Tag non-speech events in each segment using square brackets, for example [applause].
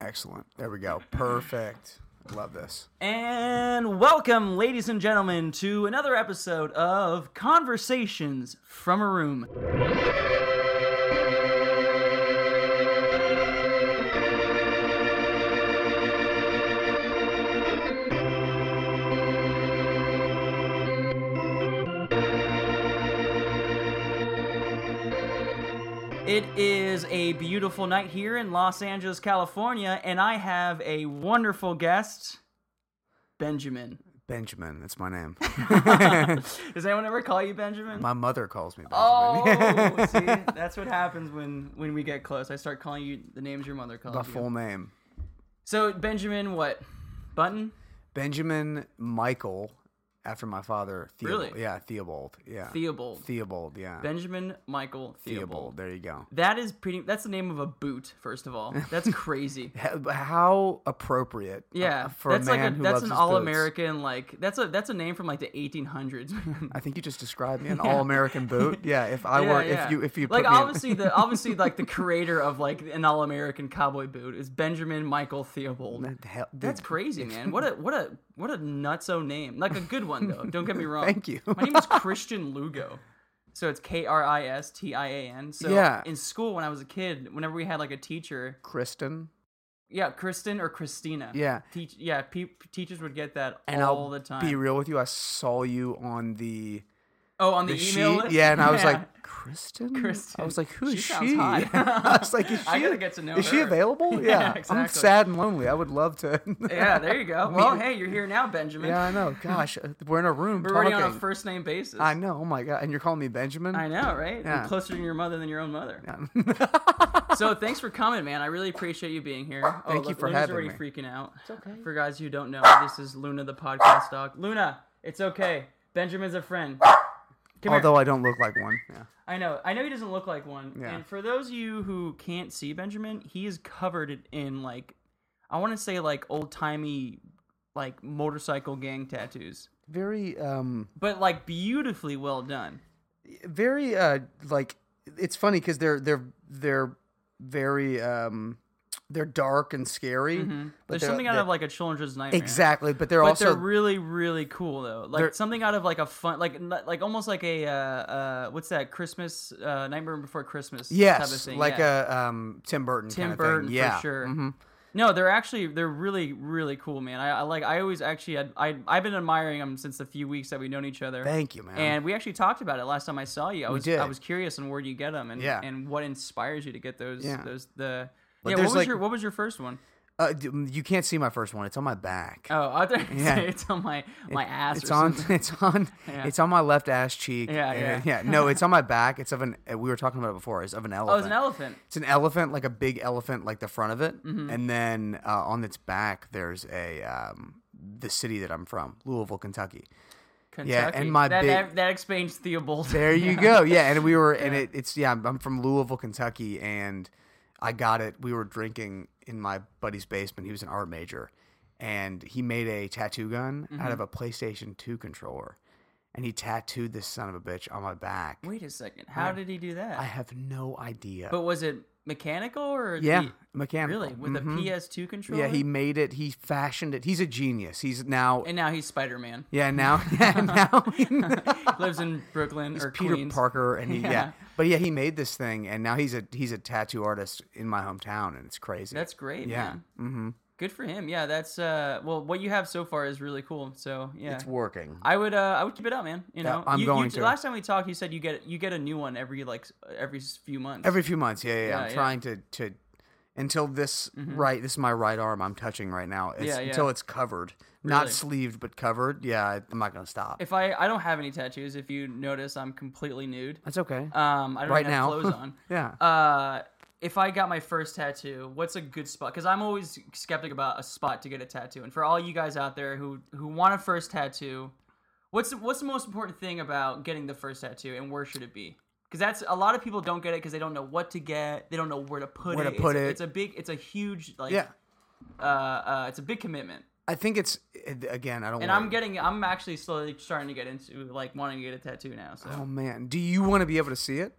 Excellent. There we go. Perfect. I love this. And welcome, ladies and gentlemen, to another episode of Conversations from a Room. It is a beautiful night here in Los Angeles, California, and I have a wonderful guest, Benjamin. Benjamin, that's my name. Does anyone ever call you Benjamin? My mother calls me Benjamin. [laughs] Oh, see, [laughs] that's what happens when when we get close. I start calling you the names your mother calls the you. full name. So Benjamin, what? Button. Benjamin Michael, after my father. Theobald. Really? Yeah, Theobald. Yeah. Theobald. Theobald, yeah. Benjamin Michael Theobald. Theobald. There you go. That is pretty. That's the name of a boot. First of all, [laughs] that's crazy. H- How appropriate. uh, Yeah, for that's a man like a, who that's loves an his boots. all-American. Like that's a that's a name from like the 1800s. man. I think you just described [laughs] me an all-American boot. Yeah, if I were, if you, if you, like put me in- obviously the obviously like the creator of like an all-American cowboy boot is Benjamin Michael Theobald. What [laughs] the hell- That's dude, crazy, [laughs] man. What a what a what a nutso name. Like a good one though. [laughs] Don't get me wrong. Thank you. [laughs] My name is Christian Lugo. So it's K R I S T I A N. So Yeah. in school when I was a kid, whenever we had like a teacher, Kristen. yeah, Kristen or Christina. Yeah. Teach yeah, pe- teachers would get that And all I'll the time. be real with you. I saw you on the oh, on the, the email sheet. list? Yeah, and I was like, Kristen. I Kristen. was like, who She is she? sounds [laughs] hot. I was like, is she? [laughs] I gotta get to know Is she her. available? [laughs] Yeah, Yeah, I'm exactly. sad and lonely. I would love to. [laughs] [laughs] Yeah, there you go. Well, hey, you're here now, Benjamin. yeah, I know. Gosh, uh, we're in a room We're talking. already on a first name basis. I know. Oh my god, and you're calling me Benjamin. [laughs] I know, right? You're Yeah. closer to your mother than your own mother. so thanks for coming, man. I really appreciate you being here. Oh, Thank Lu- you for Luna's having already me. freaking out. It's okay. For guys who don't know, this is Luna, the podcast dog. Luna, it's okay. Benjamin's a friend. Come here. Although I don't look like one. Yeah. I know. I know he doesn't look like one. Yeah. And for those of you who can't see Benjamin, he is covered in like, I want to say like old timey, like motorcycle gang tattoos, Very, um, but like beautifully well done. very, uh, like it's funny because they're they're they're very um, they're dark and scary. But Mm-hmm. There's they're- something out they're- of like a children's nightmare. exactly, but they're But also they're really, really cool though. Like They're- something out of like a fun, like n- like almost like a uh, uh what's that Christmas uh, Nightmare Before Christmas? yes, type of thing. like yeah. a um, Tim Burton. Tim kind of Burton thing. yeah. Mm-hmm. for sure. No, they're actually they're really really cool, man. I, I like I always actually I, I I've been admiring them since the few weeks that we've known each other. Thank you, man. and we actually talked about it last time I saw you. I was did. I was curious on where you get them and Yeah. and what inspires you to get those Yeah. those the But yeah. What there's, was like- your what was your first one? Uh, d- mm, you can't see my first one. It's on my back. Oh, I thought you Yeah. say it's on my my ass. it's or on. something. [laughs] It's on. [laughs] Yeah. It's on my left ass cheek. Yeah, and- yeah. No, it's on my back. It's of an. uh, We were talking about it before. It's of an elephant. Oh, it's an elephant. It's an elephant, like a big elephant, like the front of it, Mm-hmm. and then uh, on its back there's a um, the city that I'm from, Louisville, Kentucky. Kentucky. Yeah, and my that, big- that, that explains Theobald. There you go. Yeah, and we were, and it, it's yeah. I'm from Louisville, Kentucky, and I got it. We were drinking in my buddy's basement. He was an art major, and he made a tattoo gun out Mm-hmm. of a PlayStation Two controller, and he tattooed this son of a bitch on my back. [laughs] Wait a second. How did he do that? I have no idea. but was it mechanical or yeah, the- mechanical. really with Mhm. a PS2 controller? Yeah, he made it. He fashioned it. He's a genius. He's now. and now he's Spider Man. [laughs] yeah, now. [laughs] Yeah, now. Lives in [laughs] Brooklyn or Peter Queens. Parker, [laughs] and he yeah. Yeah. but yeah, he made this thing, and now he's a he's a tattoo artist in my hometown, and it's crazy. That's great. yeah, Mm-hmm. man. Good for him. Yeah, that's uh. Well, what you have so far is really cool. So yeah. it's working. I would uh, I would keep it up, man. You know, I'm you, going you, to. Last time we talked, you said you get you get a new one every like s- every s- few months. Every few months, yeah, yeah, yeah. Yeah, I'm yeah. trying to to until this right. This is my right arm. I'm touching right now. It's, Yeah, yeah. Until it's covered, Really? not sleeved, but covered. Yeah, I- I'm not gonna stop. if I I don't have any tattoos, if you notice, I'm completely nude. That's okay. Um, I don't right have now, [laughs] clothes on. yeah. uh if i got my first tattoo what's a good spot because i'm always skeptic about a spot to get a tattoo and for all you guys out there who who want a first tattoo what's the, what's the most important thing about getting the first tattoo and where should it be because that's a lot of people don't get it because they don't know what to get they don't know where to put Where it to put it's, it. it's a big it's a huge like yeah, uh, uh it's a big commitment I think it's again. I don't. and wanna- i'm getting i'm actually slowly starting to get into like wanting to get a tattoo now so Oh man, do you want to be able to see it?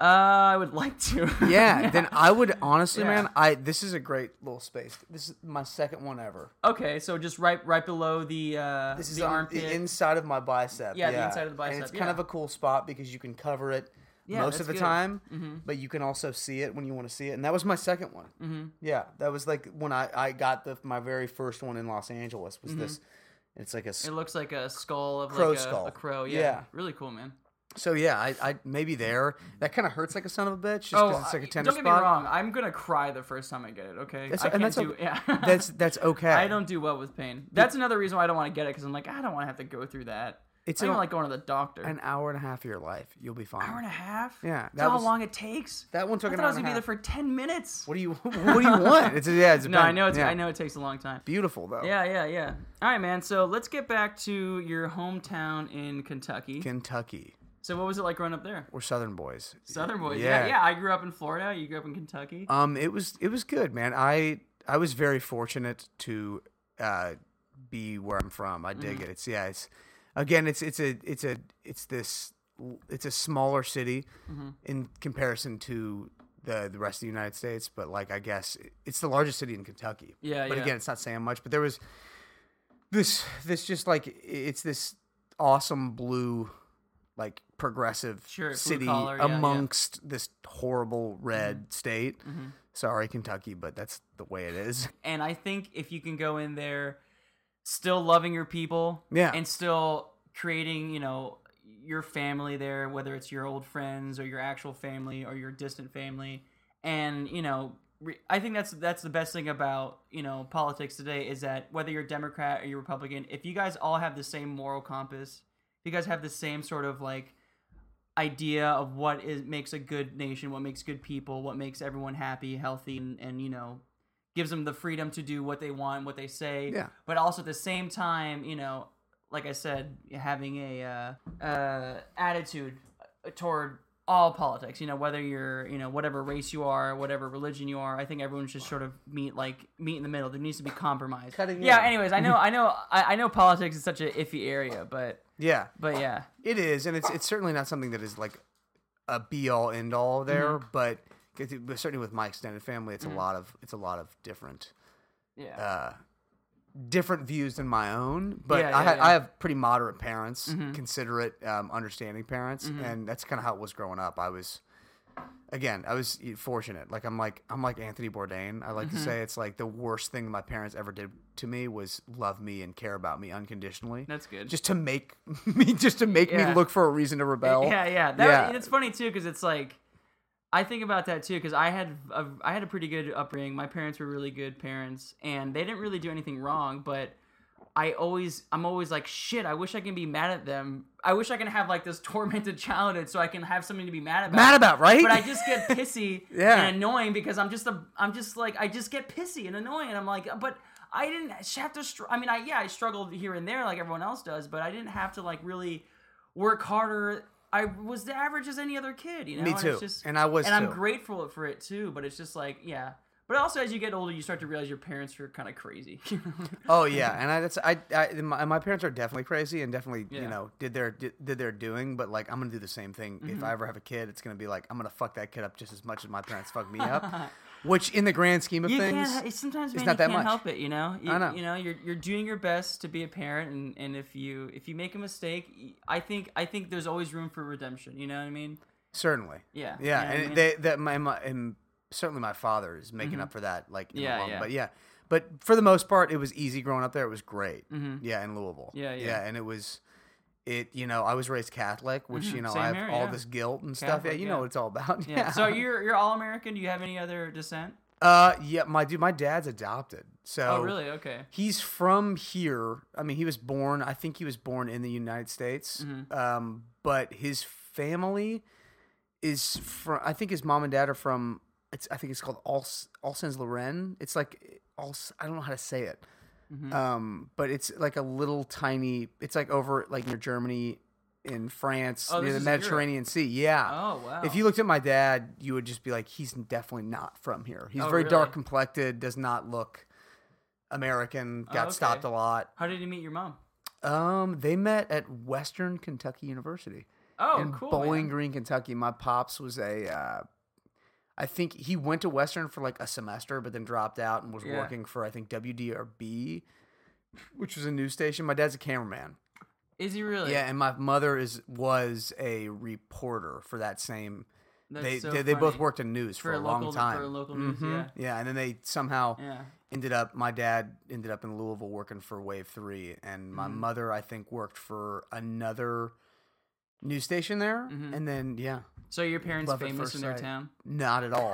uh Uh, I would [laughs] like to. Yeah, [laughs] then I would honestly, Yeah. man. I this is a great little space. This is my second one ever. Okay, so just right right below the uh This is the on armpit. the inside of my bicep. Yeah, the inside of the And it's bicep, kind yeah. of a cool spot because you can cover it Yeah, most of that's the good. Mm-hmm. time, but you can also see it when you want to see it. And that was my second one. Mm-hmm. Yeah, that was like when I I got the my very first one in Los Angeles was this. Mm-hmm. It's like a s- it looks like a skull of Crow like a, skull. a crow. Yeah. Yeah. Really cool, man. so yeah. I, I maybe there that kind of hurts like a son of a bitch just because Oh, it's like a I- tender don't get spot. me wrong. [laughs] I'm gonna cry the first time I get it. Okay, That's- I and can't that's do. [laughs] okay. Yeah, That's that's okay. I don't do well with pain. That's another reason why I don't want to get it because I'm like I don't want to have to go through that. It's It's I don't an- like going to the doctor. an hour and a half of your life. You'll be fine. hour and a half. Yeah, That's that how was- long it takes. That one took I an thought I hour was and gonna a be there half. for ten minutes. What do you [laughs] What do you want? It's a, yeah, it's a [laughs] no, I pain. know it's. Yeah. I know it takes a long time. Beautiful though. Yeah, yeah, yeah. All right, man. So let's get back to your hometown in Kentucky. Kentucky. so what was it like growing up there? We're Southern boys. Southern boys. Yeah. Yeah. yeah, I grew up in Florida. You grew up in Kentucky. Um, it was it was good, man. I I was very fortunate to uh, be where I'm from. I dig Mm-hmm. it. It's yeah. It's again. It's it's a it's a it's this it's a smaller city Mm-hmm. in comparison to the the rest of the United States. But like I guess it's the largest city in Kentucky. Yeah, But yeah. again, it's not saying much. But there was this this just like it's this awesome blue like progressive Sure, blue city collar, yeah, Mm-hmm. yeah. amongst this horrible red state. Sorry, Kentucky, but that's the way it is. and I think if you can go in there still loving your people, Yeah. and still creating, you know, your family there, whether it's your old friends or your actual family or your distant family, and you know, re- I think that's that's the best thing about you know politics today is that whether you're Democrat or you're Republican, if you guys all have the same moral compass, if you guys have the same sort of like idea of what is makes a good nation, what makes good people, what makes everyone happy, healthy, and, and you know, gives them the freedom to do what they want, what they say. Yeah. But also at the same time, you know, like I said, having a uh, uh, attitude toward all politics, you know, whether you're, you know, whatever race you are, whatever religion you are, I think everyone should sort of meet like meet in the middle. There needs to be compromise. Cutting yeah. edge. Anyways, I know, I know, I, I know politics is such an iffy area, but Yeah, but yeah, it is, and it's it's certainly not something that is like a be all end all there, Mm-hmm. but 'cause it- but certainly with my extended family, Mm. it's a lot of it's a lot of different yeah. uh, different views than my own. But Yeah, I, yeah, ha- yeah. Mm-hmm. I have pretty moderate parents, considerate, um, understanding parents, and that's kind of how it was growing up. I was, again, I was e, fortunate. Like I'm like I'm like Anthony Bourdain. I like to Mm-hmm. say it's like the worst thing my parents ever did to me was love me and care about me unconditionally. That's good. Just to make [laughs] me, just to make me Yeah. look for a reason to rebel. Yeah, yeah. That, Yeah. It's funny too because it's like I think about that too because I had a, I had a pretty good upbringing. My parents were really good parents, and they didn't really do anything wrong. But I always I'm always like shit. I wish I can be mad at them. I wish I can have like this tormented [laughs] childhood so I can have something to be mad about. Mad about right? But I just get pissy [laughs] Yeah. and annoying because I'm just a I'm just like I just get pissy and annoying and I'm like uh, but. I didn't have to. Str- I mean, I yeah, I struggled here and there like everyone else does, but I didn't have to like really work harder. I was the average as any other kid, you know. Me And, too. it's just, And I was and I'm too. grateful for it too. But it's just like, yeah. But also, as you get older, you start to realize your parents are kind of crazy. [laughs] Oh yeah, and I, that's I, I my, my parents are definitely crazy and definitely Yeah. you know did their did, did their doing, but like I'm gonna do the same thing if Mm-hmm. I ever have a kid. It's gonna be like I'm gonna fuck that kid up just as much as my parents fuck me [laughs] up, which in the grand scheme of you things, can't. It's sometimes man, not you that can't much. help it. You know. You, I know. You know, you're you're doing your best to be a parent, and, and if you if you make a mistake, y- I think I think there's always room for redemption. You know what [laughs] I mean? certainly, Yeah. yeah, you know what I and mean? Mm-hmm. they that my, my and certainly my father is making up for that like in the Yeah, long- yeah. but yeah, but for the most part, it was easy growing up there. It was great, yeah, in Louisville, Mm-hmm. Yeah, yeah. yeah, and it was. It you know I was raised Catholic, which you know Mm-hmm. Same I have here, all yeah. this guilt and stuff. Yeah, Catholic, you know yeah. what it's all about. [laughs] yeah. So you're you're all American. Do you have any other descent? Uh, yeah, my dude, my dad's adopted. So Oh, really? Okay. He's from here. I mean, he was born. I think he was born in the United States. Mm-hmm. Um, but his family is from. I think his mom and dad are from. It's. I think it's called Als Alsens Lorraine. It's like Als. I don't know how to say it. Mm-hmm. Um, but it's like a little tiny. It's like over like near Germany, in France, near Oh, the this is Europe. Mediterranean Sea. Yeah. Oh wow. If you looked at my dad, you would just be like, he's definitely not from here. He's Oh, very really? dark complected, does not look American, got Oh, okay. stopped a lot. How did you meet your mom? Um, they met at Western Kentucky University. Oh, in cool. Bowling man. Green, Kentucky. My pops was a, uh, I think he went to Western for like a semester, but then dropped out and was Yeah. working for I think WDRB, which was a news station. My dad's a cameraman. Is he really? Yeah, and my mother is was a reporter for that same. That's they so they, they both funny. worked in news for, for a local long time. for local news. Mhm. Yeah. and then they somehow Yeah. ended up. My dad ended up in Louisville working for Wave Three, and my Mhm. mother I think worked for another news station there. Mhm. And then yeah, So your parents Love at famous first in their sight. town? not at [laughs] all.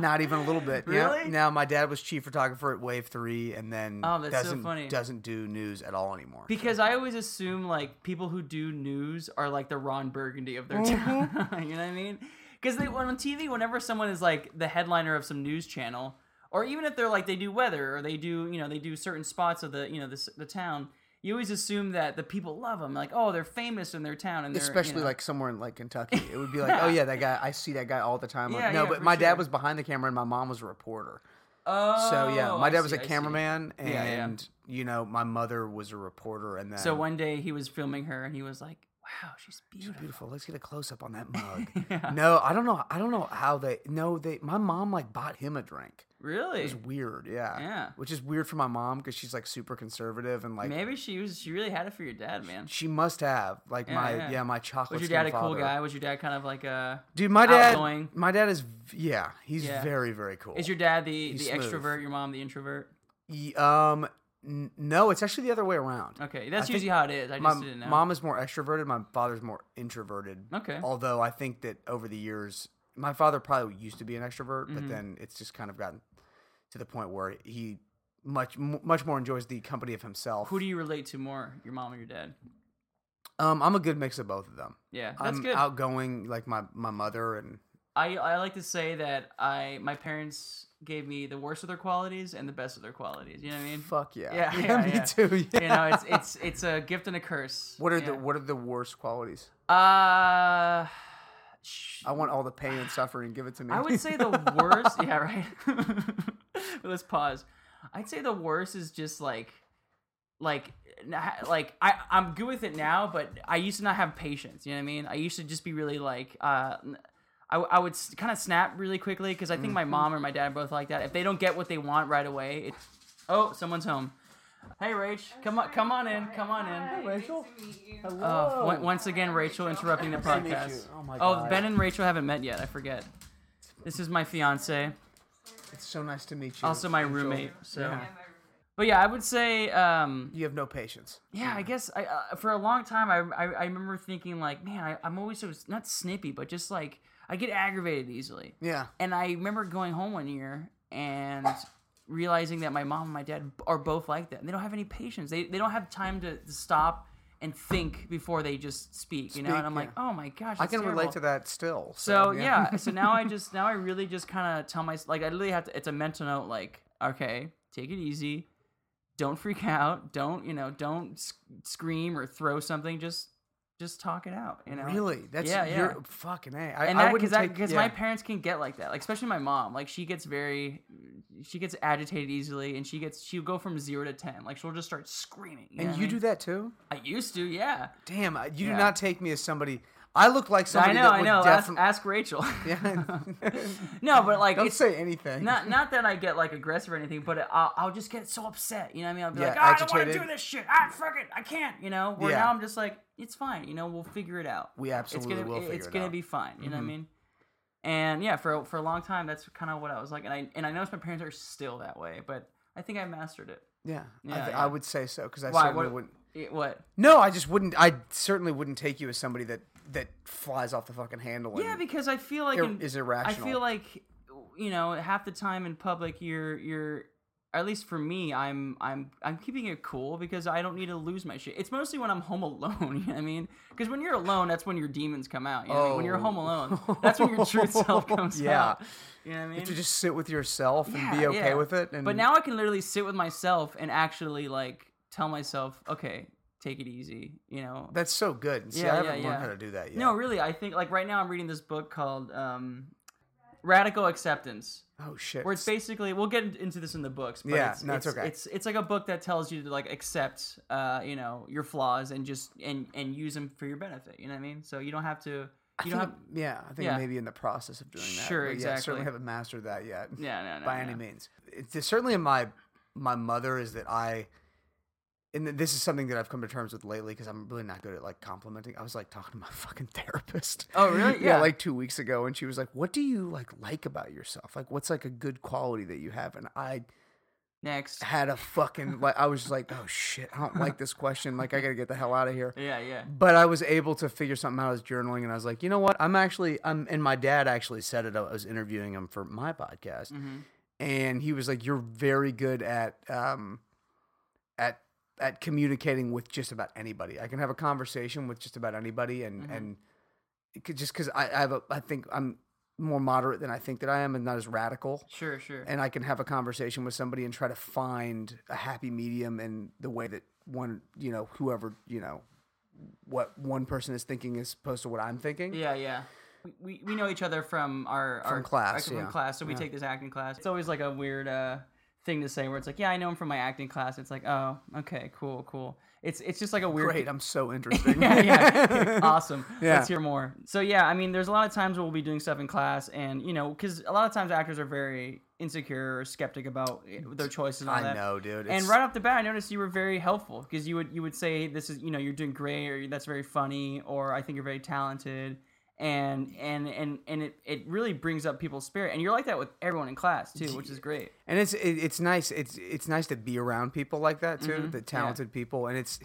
Not even a little bit. Yeah. Really? Now my dad was chief photographer at Wave Three, and then Oh, that's so doesn't funny. doesn't do news at all anymore. Because I always assume like people who do news are like the Ron Burgundy of their Mm-hmm. town. [laughs] you know what I mean? Because they when on TV, whenever someone is like the headliner of some news channel, or even if they're like they do weather or they do you know they do certain spots of the you know the s- the town, you always assume that the people love them. Like oh, they're famous in their town, and they're, you Especially know- like somewhere in like Kentucky, it [laughs] would be like, oh yeah, that guy. I see that guy all the time. Like, Yeah, no, yeah, but for my sure. dad was behind the camera, and my mom was a reporter. oh, So yeah, my I dad was see, a I see. cameraman, yeah. and you know my mother was a reporter, and then So one day he was filming her, and he was like, "Wow, she's beautiful." beautiful. Let's get a close up on that mug. [laughs] Yeah. No, I don't know. I don't know how they. No, they. My mom like bought him a drink. It Really? was weird. Yeah. Yeah. Which is weird for my mom because she's like super conservative and like Maybe she was. She really had it for your dad, man. she must have like Yeah, my yeah. yeah, my chocolate. Was your dad a skin cool father. guy? Was your dad kind of like a? Dude, my dad. Outgoing? My dad is v- yeah. He's Yeah. very very cool. Is your dad the He's the smooth. extrovert? Your mom the introvert? Y- um n- no, it's actually the other way around. Okay, that's I usually how it is. I My just didn't know. mom is more extroverted. My father's more introverted. okay. Although I think that over the years, my father probably used to be an extrovert, Mhm. but then it's just kind of gotten to the point where he much m- much more enjoys the company of himself. Who do you relate to more, your mom or your dad? um, I'm a good mix of both of them. Yeah, that's I'm good. outgoing like my my mother and I I like to say that I my parents gave me the worst of their qualities and the best of their qualities. You know what I mean? fuck [laughs] yeah. Yeah, yeah, me yeah. too. Yeah. You know, it's it's it's a gift and a curse. [laughs] what are yeah. the what are the worst qualities? Uh, sh- I want all the pain and suffering. Give it to me. I would [laughs] say the worst. yeah, right. [laughs] Let's pause. I'd say the worst is just like, like, n- ha- like I I'm good with it now, but I used to not have patience. You know what I mean? I used to just be really like, uh, n- I I would kind of snap really quickly because I think Mm-hmm. my mom or my dad both like that. If they don't get what they want right away, it, oh, someone's home. Hey, Rach, Oh, come on, come on in, come on in. Rachel. Oh, Uh, on- once again, Rachel interrupting the meet you. podcast. Oh my Oh, God. Ben and Rachel haven't met yet. I forget. This is my fiance, It's so nice to meet you. also my Rachel. roommate. So, Yeah. but yeah, I would say, um, You have no patience. yeah, I guess I uh, for a long time I, I I remember thinking like, man, I, I'm always so not snippy, but just like I get aggravated easily. Yeah. And I remember going home one year and realizing that my mom and my dad are both like that. And they don't have any patience. They, they don't have time to stop and think before they just speak, you know? Speak, And I'm like, oh my gosh. I can relate to that still. So [laughs] yeah. so now I just now I really just kind of tell my like I literally have to. It's a mental note like okay, take it easy, don't freak out, don't you know, don't sc- scream or throw something. Just just talk it out. You know. Really? That's Yeah, yeah. you're fucking A. I, And I that wouldn't because take because yeah. my parents can get like that, like especially my mom. Like she gets very, she gets agitated easily, and she gets she'll go from zero to ten. Like she'll just start screaming. know And what you I do mean? that too? I used to, yeah. Damn, I- you Yeah. do not take me as somebody. I look like I somebody know, that I would know. Ask, definitely. ask Rachel. [laughs] [laughs] Yeah. no, but like Don't it's say anything. not not that I get like aggressive or anything, but I'll, I'll just get so upset. You know what I mean? I'll be Yeah, like, "Ah, I don't want to agitated. do this shit. I fucking I can't. You know. Where Yeah. now I'm just like, it's fine. You know, we'll figure it out. We absolutely it's gonna, will figure It's it gonna out. Mm-hmm. be fine. You know what I mean? And yeah, for a- for a long time, that's kind of what I was like, and I and I noticed my parents are still that way, but I think I mastered it. yeah, I, Yeah, th- yeah. I would say so because I Why? certainly What- wouldn't. It- what? No, I just wouldn't. I certainly wouldn't take you as somebody that that flies off the fucking handle. Yeah, and because I feel like ir- in- is I irrational. feel like you know half the time in public you're you're at least for me I'm I'm I'm keeping it cool because I don't need to lose my shit. It's mostly when I'm home [laughs] alone. You know what I mean, because when you're alone, that's when your demons come out. You know? what I mean? when you're home alone, that's when your [laughs] true self [laughs] comes Oh, Yeah. out. You know what I mean? to just sit with yourself and Yeah, be okay yeah. with it. And But now I can literally sit with myself and actually like tell myself, okay, take it easy. You know, that's so good. See, I Yeah, yeah, haven't learned yeah. how to do that yet. No, really, I think like right now I'm reading this book called um, Radical Acceptance, Oh shit. where it's basically we'll get in- into this in the books. But Yeah, it's, no, it's okay. It's it's like a book that tells you to like accept, uh, you know, your flaws and just and and use them for your benefit. You know what I mean? So you don't have to. I You think don't have. I'm- yeah, I think yeah. maybe in the process of doing that. Sure, but Yeah, I certainly exactly. haven't mastered that yet Yeah, no, no. by no. any means. It's it's certainly in my my mother is that I, and th- this is something that I've come to terms with lately because I'm really not good at like complimenting. I was like talking to my [laughs] fucking therapist. Oh, [laughs] really? yeah, Yeah. like two weeks ago, and she was like, "What do you like like about yourself? Like, what's like a good quality that you have?" And I [laughs] Next. had a fucking like, I was just like, "Oh shit, I don't like this question. Like, I gotta get the hell out of here." Yeah, yeah. but I was able to figure something out. I was journaling, and I was like, you know what? I'm actually, I'm, and my dad actually said it. I was interviewing him for my podcast, Mhm. and he was like, "You're very good at, um, at, at communicating with just about anybody. I can have a conversation with just about anybody, and and it could, just because I, I have a, I think I'm more moderate than I think that I am, and not as radical." Sure, sure. and I can have a conversation with somebody and try to find a happy medium in the way that one, you know, whoever, you know, what one person is thinking is opposed to what I'm thinking. Yeah, yeah. We- We, we know each other from our, our class, from yeah. class, so we take this acting class. It's always like a weird uh, thing to say where it's like, yeah, I know him from my acting class. It's like, oh, okay, cool, cool. It's it's just like a weird. Great, I'm so interesting. [laughs] yeah, yeah. awesome. Yeah. Let's hear more. So yeah, I mean, there's a lot of times where we'll be doing stuff in class, and you know, because a lot of times actors are very insecure or skeptic about eh, their choices. And [laughs] all I that. know, dude. And It's- right off the bat, I noticed you were very helpful because you would you would say this is you know you're doing great or that's very funny or I think you're very talented and and and and it, it really brings up people's spirit and you're like that with everyone in class too, which is great. and it's it, it's nice. It's it's nice to be around people like that too, Mm-hmm. the talented people. And it's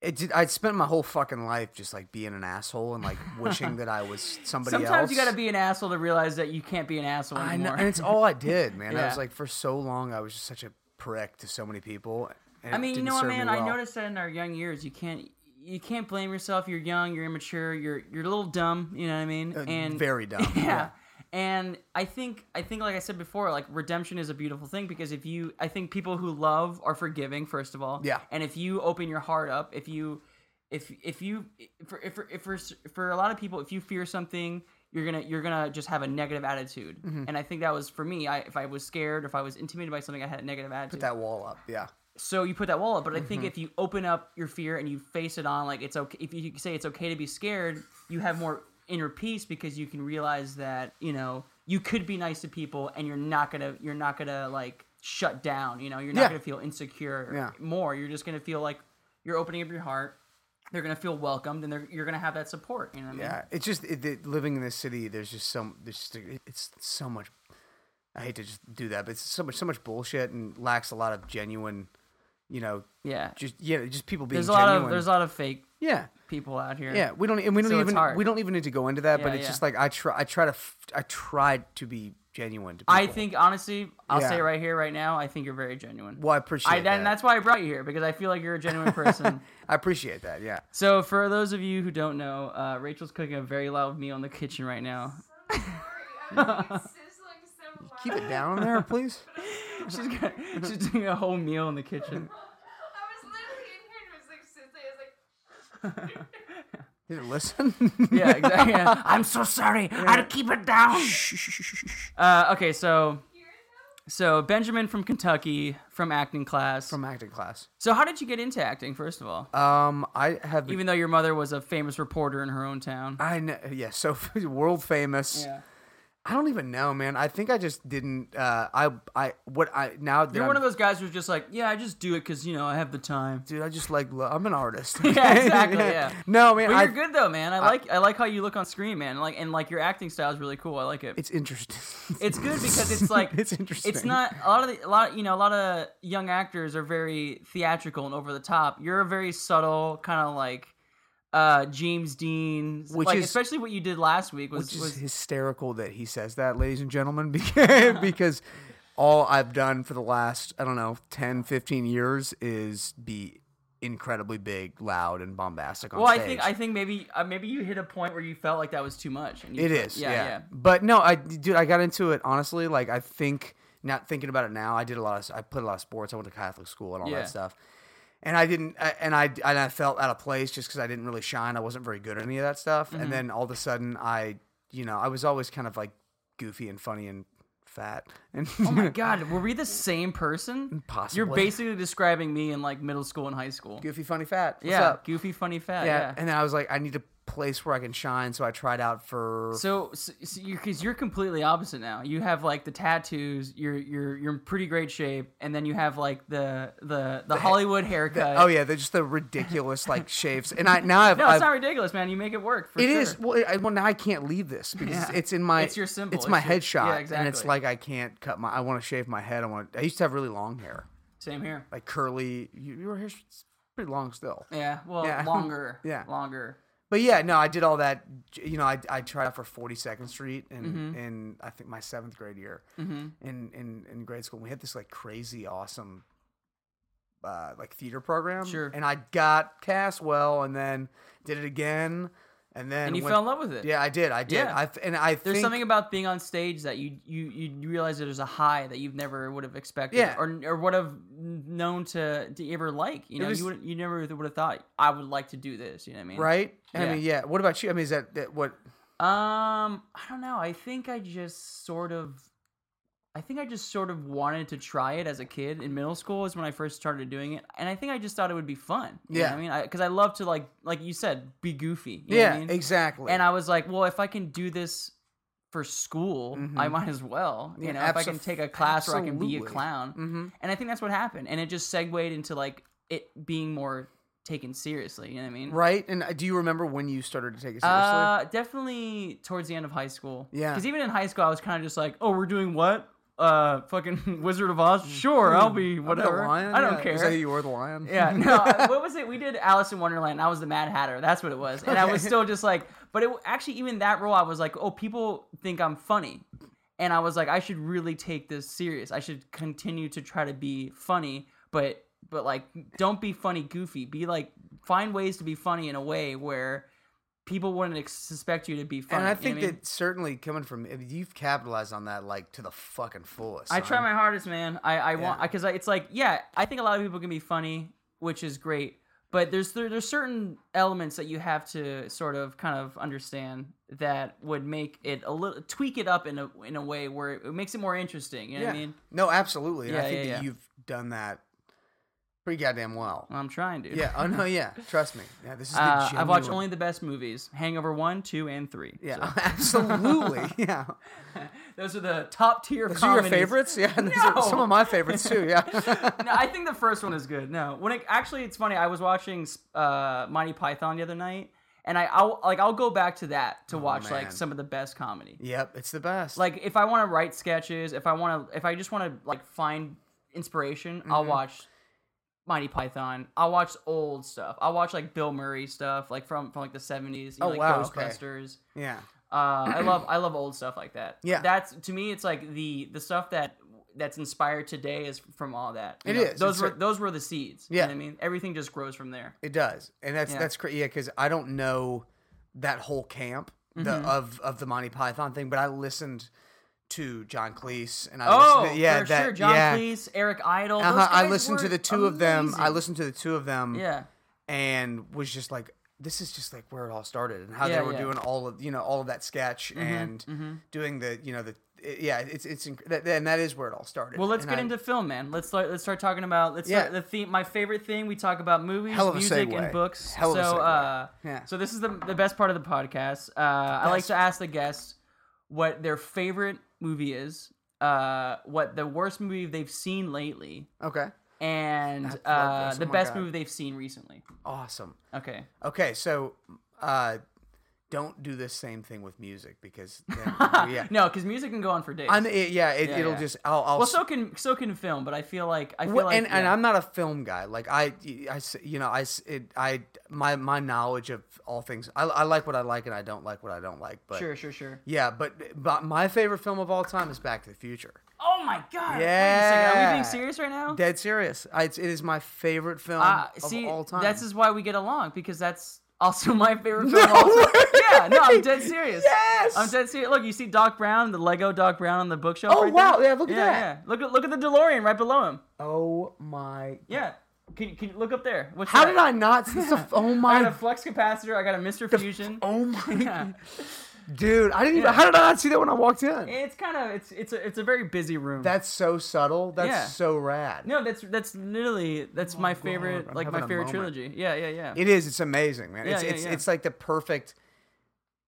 it's I spent my whole fucking life just like being an asshole and like wishing that I was somebody else. Sometimes you got to be an asshole to realize that you can't be an asshole I know, anymore. and it's all I did, man. I Yeah. was like, for so long, I was just such a prick to so many people. And [laughs] I it mean, you didn't know what, serve me man? I well. noticed that in our young years, you can't you can't blame yourself. You're young, you're immature, you're you're a little dumb. You know what I mean? Uh, and very dumb. [laughs] [laughs] yeah. And I think I think like I said before, like redemption is a beautiful thing because if you I think people who love are forgiving first of all. Yeah. And if you open your heart up, if you if if you for if for, if for, for a lot of people if you fear something you're gonna you're gonna just have a negative attitude Mm-hmm. and i think that was for me i if i was scared if i was intimidated by something i had a negative attitude that wall up. Yeah. so you put that wall up but i Mm-hmm. think if you open up your fear and you face it on like it's okay if you say it's okay to be scared you have more inner peace because you can realize that you know you could be nice to people and you're not gonna you're not gonna like shut down you know you're not Yeah. gonna feel insecure Yeah. more you're just gonna feel like you're opening up your heart they're gonna feel welcomed and they're, you're gonna have that support you know what I mean? Yeah. It's just it, it- living in this city. There's just so there's just, it's so much. I hate to just do that, but it's so much so much bullshit and lacks a lot of genuine, you know, yeah just yeah, just people being there's a lot genuine. of there's a lot of fake yeah. people out here Yeah, we don't, and we don't So it's even hard. we don't even need to go into that. but Yeah, it's yeah. just like I try, I try to, f- I tried to be genuine. To people. i think honestly i'll Yeah. say right here right now i think you're very genuine Well, I appreciate I, that. and that's why I brought you here because I feel like you're a genuine person. [laughs] I appreciate that. Yeah. so, for those of you who don't know, uh, Rachel's cooking a very loud meal in the kitchen right now. [laughs] [laughs] Keep it down there, please. She's got, she's doing a whole meal in [laughs] the kitchen. Did it [laughs] listen? Yeah, [laughs] exactly. Yeah. I'm so sorry. I'll keep it down. Shh, shh, shh, shh, shh. Uh, okay, so so Benjamin from Kentucky from acting class. From acting class. so, how did you get into acting? First of all, Um, I have even though your mother was a famous reporter in her own town. I know. Yeah, so [laughs] world famous. Yeah. I don't even know, man. I think I just didn't. Uh, I I what I now that You're I'm, one of those guys who's just like, yeah, I just do it because you know I have the time. dude. I just like lo- I'm an artist. [laughs] [laughs] Yeah, exactly, yeah. No, man. But I, you're good though, man. I like I like how you look on screen, man. Like and like your acting style is really cool. I like it. It's interesting. It's good because [laughs] it's like it's interesting. It's not a lot of the, a lot you know a lot of young actors are very theatrical and over the top. You're a very subtle kind of like uh James Dean, Which like is- especially what you did last week was Which is was hysterical that he says that, ladies and gentlemen, [laughs] [laughs] because, because all I've done for the last, I don't know, 10, 15 years is be incredibly big, loud, and bombastic on well. I stage. think I think maybe uh, maybe you hit a point where you felt like that was too much. And you, It is, yeah, [laughs] yeah. But no, I dude, I got into it honestly. Like I think, not thinking about it now, I did a lot of, I put a lot of sports. I went to Catholic school and all Yeah. that stuff, and I didn't, I, and I and I felt out of place just because I didn't Mm-hmm. really shine. I wasn't very good at any of that stuff. And then all of a sudden, I, you know, I was always kind of like goofy and funny and fat. [laughs] And Oh my god, were we the same person? Possibly. You're basically describing me in like middle school and high school. goofy, funny, fat. What's yeah, up? goofy, funny, fat. yeah. Yeah. And then I was like, I need a place where I can shine, so I tried out for. So, so, so you're, cause you're completely opposite now. You have like the tattoos. You're you're you're in pretty great shape, and then you have like the the the, Hollywood haircut. oh yeah, they're just the ridiculous like shapes. And I now I've. [laughs] No, I've it's not ridiculous, man. You make it work. For it sure. is- well. It, I- well, now I can't leave this because Yeah. it's in my. It's your symbol. It's my It's your- headshot, yeah, and it's exactly. like I can't cut my. I want to shave my head. I want. I used to have really long hair, Same here. like curly. You, your hair's pretty long still. Yeah. Well, Yeah. [laughs] longer. Yeah. Longer. But yeah, no, I did all that. You know, I, I tried out for Forty Second Street in Mm-hmm. in I think my seventh grade year in, in in grade school. We had this like crazy awesome uh, like theater program, Sure. and I got cast well, and then did it again, and then And you went- fell in love with it. Yeah, I did. I did. Yeah. I th- and I There's think, something about being on stage that you you you realize that there's a high that you've never would have expected Yeah. or or would have known to to ever like. You know, was- you would you never would have thought I would like to do this. You know what I mean? right. I Yeah. mean, yeah. What about you? I mean, is that, that what? Um, I don't know. I think I just sort of I think I just sort of wanted to try it as a kid in middle school is when I first started doing it. And I think I just thought it would be fun. You know Yeah. what I mean, because I, love to like like you said, be goofy. you know what yeah, I mean? exactly. And I was like, well, if I can do this for school, I might as well. You Mm-hmm. Yeah, know, if I can abso- take a class where I can be a absolutely. Mm-hmm. clown. And I think that's what happened. And it just segued into like it being more taken seriously. You know what I mean? right. And uh, do you remember when you started to take it seriously? Uh, definitely towards the end of high school. Yeah. Because even in high school, I was kind of just like, oh, we're doing what? Uh, fucking [laughs] Wizard of Oz. Mm. Sure, I'll be The whatever. lion? I don't Yeah. care. Is that you were the lion? Yeah, [laughs] no. I- what was it? We did Alice in Wonderland. And I was the Mad Hatter. That's what it was. And I was Okay. still just like, but it actually even that role, I was like, oh, people think I'm funny, and I was like, I should really take this serious. I should continue to try to be funny, but but like, don't be funny goofy. Be like, find ways to be funny in a way where people wouldn't ex- suspect you to be funny. And I you know think what mean? that certainly coming from I mean, you've capitalized on that like to the fucking fullest. I try son. my hardest, man. I I want Yeah. because it's like yeah, I think a lot of people can be funny, which is great. But there's there, there's certain elements that you have to sort of kind of understand that would make it a little tweak it up in a in a way where it makes it more interesting. You know what I Yeah. mean? No, absolutely. And I Yeah, think yeah, that yeah. you've done that pretty goddamn well. I'm trying, dude. yeah. Oh no. Yeah. Trust me. Yeah. This is. The Uh, I've watched genuine- only the best movies: Hangover One, Two, and Three. Yeah. [laughs] Absolutely. [laughs] Yeah. those are the top tier. Those are your favorites. Yeah. [laughs] Those are No. some of my favorites too. Yeah. [laughs] no, I think the first one is good. No, when it, actually, it's funny. I was watching uh, Monty Python the other night, and I I'll, like I'll go back to that to watch Oh, man. like some of the best comedy. yep. It's the best. Like if I want to write sketches, if I want to, if I just want to like find inspiration, Mm-hmm. I'll watch Monty Python. I'll watch old stuff. I'll watch like Bill Murray stuff, like from from like the seventies. You know, Oh, like wow, okay. Ghostbusters. yeah. Uh, [clears throat] I love I love old stuff like that. Yeah. that's to me it's like the the stuff that that's inspired today is from all that. It It is. is. Those It's were cer- those were the seeds. Yeah. you know what I mean everything just grows from there. It does, and that's Yeah. that's crazy. Yeah, because I don't know that whole camp the, Mm-hmm. of of the Monty Python thing, but I listened to John Cleese, and I Oh, listened to, yeah, for that, sure. John yeah. Cleese, Eric Idle. those Uh-huh. I guys listened to were the two of them. I amazing. listened to the two of them, Yeah, and was just like, this is just like where it all started, and how Yeah, they were yeah. Mm-hmm, doing all of you know all of that sketch and doing the you know the it- yeah it's it's inc- that, and that is where it all started. well, let's And get I- into film, man. Let's start, let's start talking about let's Yeah. start the theme. My favorite thing we talk about movies, Hell of a music, segue. and books. Hell of a so, segue. uh, Yeah. so this is the the best part of the podcast. Uh, I like Best. to ask the guests what their favorite movie is, uh, what the worst movie they've seen lately, okay, and I love uh, this. the Oh my best God. movie they've seen recently. awesome. Okay, Okay, so uh, don't do the same thing with music [laughs] because then, yeah, no, because music can go on for days. I'm it, yeah, it, Yeah, it'll yeah. just I'll, I'll well, so can so can film, but I feel like I feel Well, like and, and yeah. I'm not a film guy. Like I, I s- you know, I, s- it, I, my, my knowledge of all things. I, I like what I like, and I don't like what I don't like. But sure, sure, sure. yeah, but but my favorite film of all time is Back to the Future. Oh my god! Wait a second, are we Yeah. being serious right now? Dead serious. I, it's, it is my favorite film Uh, of see, all time. this is why we get along because that's also [laughs] my favorite film. No of all time. way! Yeah, no, I'm dead serious. Yes! I'm dead serious. Look, you see Doc Brown, the Lego Doc Brown on the bookshelf. Oh, right wow, there? yeah, look at yeah, that. Yeah, look at look at the DeLorean right below him. oh my. Yeah, can, can you look up there? What's How that? did I not? This is a, oh [laughs] I my. [laughs] got a flux capacitor. I got a Mr. Fusion. oh my. Oh Dude, I didn't even. Yeah. How did I not see that when I walked in? It's kind of it's it's a it's a very busy room. That's so subtle. That's Yeah. so rad. no, that's that's literally that's my favorite Oh I'm like my having a favorite moment. trilogy. Yeah, yeah, yeah. It is. It's amazing, man. it's yeah, it's yeah. it's like the perfect.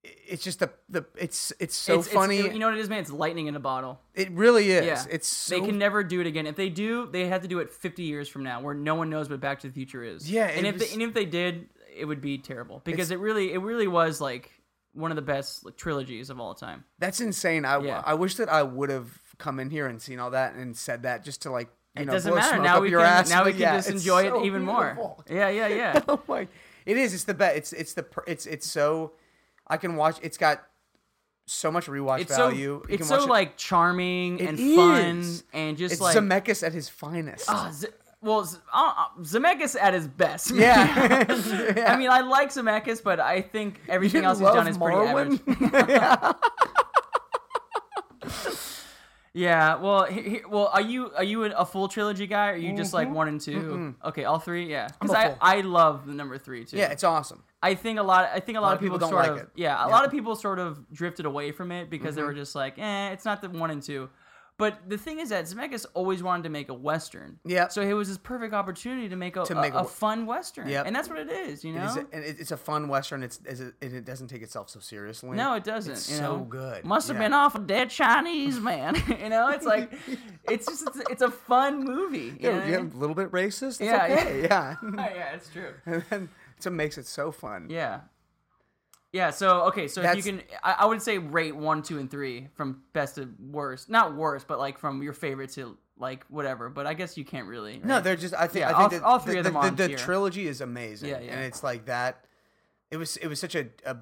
It's just the the it's it's so It's- it's- funny. you know what it is, man? It's lightning in a bottle. it really is. Yeah. It's so they can never do it again. If they do, they have to do it 50 years from now, where no one knows what Back to the Future is. Yeah, and it if they, was- and if they did, it would be terrible because It's- it really it really was like one of the best like, trilogies of all time. that's insane. I Yeah. I wish that I would have come in here and seen all that and said that just to like you It know doesn't blow matter. smoke Now up we your can ass. now we but can yeah, just it's enjoy so it even beautiful. more. Yeah, yeah, yeah. oh my it is it's the best it's it's the per- it's it's so i can watch it's got so much rewatch it's so [laughs] value you it's can so watch it- like charming It and fun is. and just it's like zemeckis at his finest ah, Z- well Z- uh, uh, Zemeckis at his best. [laughs] [laughs] yeah, [laughs] I mean, I like Zemeckis, but I think everything You else he's done love is pretty average. Marwin? Yeah, well, he, he- well, are you are you a full trilogy guy? Or are you just like one and 2 Okay, all three. Yeah, because Mm-hmm. a I, full. I love the number three [laughs] too. yeah it's awesome [laughs] I think a lot. I think a lot, of people, people don't sort like of it. yeah, a Yeah. Mm-hmm. lot of people sort of drifted away from it because they were just like, eh, it's not the one and two. But the thing is that Zemeckis always wanted to make a western. Yep. So it was his perfect opportunity to make a To make a, a a we- fun western. Yep. And that's what it is, you It know. is, and it- it's a fun western. It's, it's and it doesn't take itself so seriously. No, it doesn't. It's you so know? good. Must have Yeah. been off a dead Chinese man. [laughs] you know, [laughs] it's like, it's just it's, it's a fun movie. You know Yeah, what I you're mean? a little bit racist. It's Yeah, yeah. [laughs] okay. [laughs] yeah, Oh, yeah, it's true. and then so it makes it so fun. Yeah, yeah. So okay, so if you That's- can, I, I would say rate one, two, and three from best to worst. Not worst, but like from your favorite to like whatever. But I guess you can't really. No, right? they're just. I think. Yeah, I think all- that all three the, of them the, are the, on the tier. trilogy is amazing. Yeah, yeah. And it's like that. It was. It was such a, a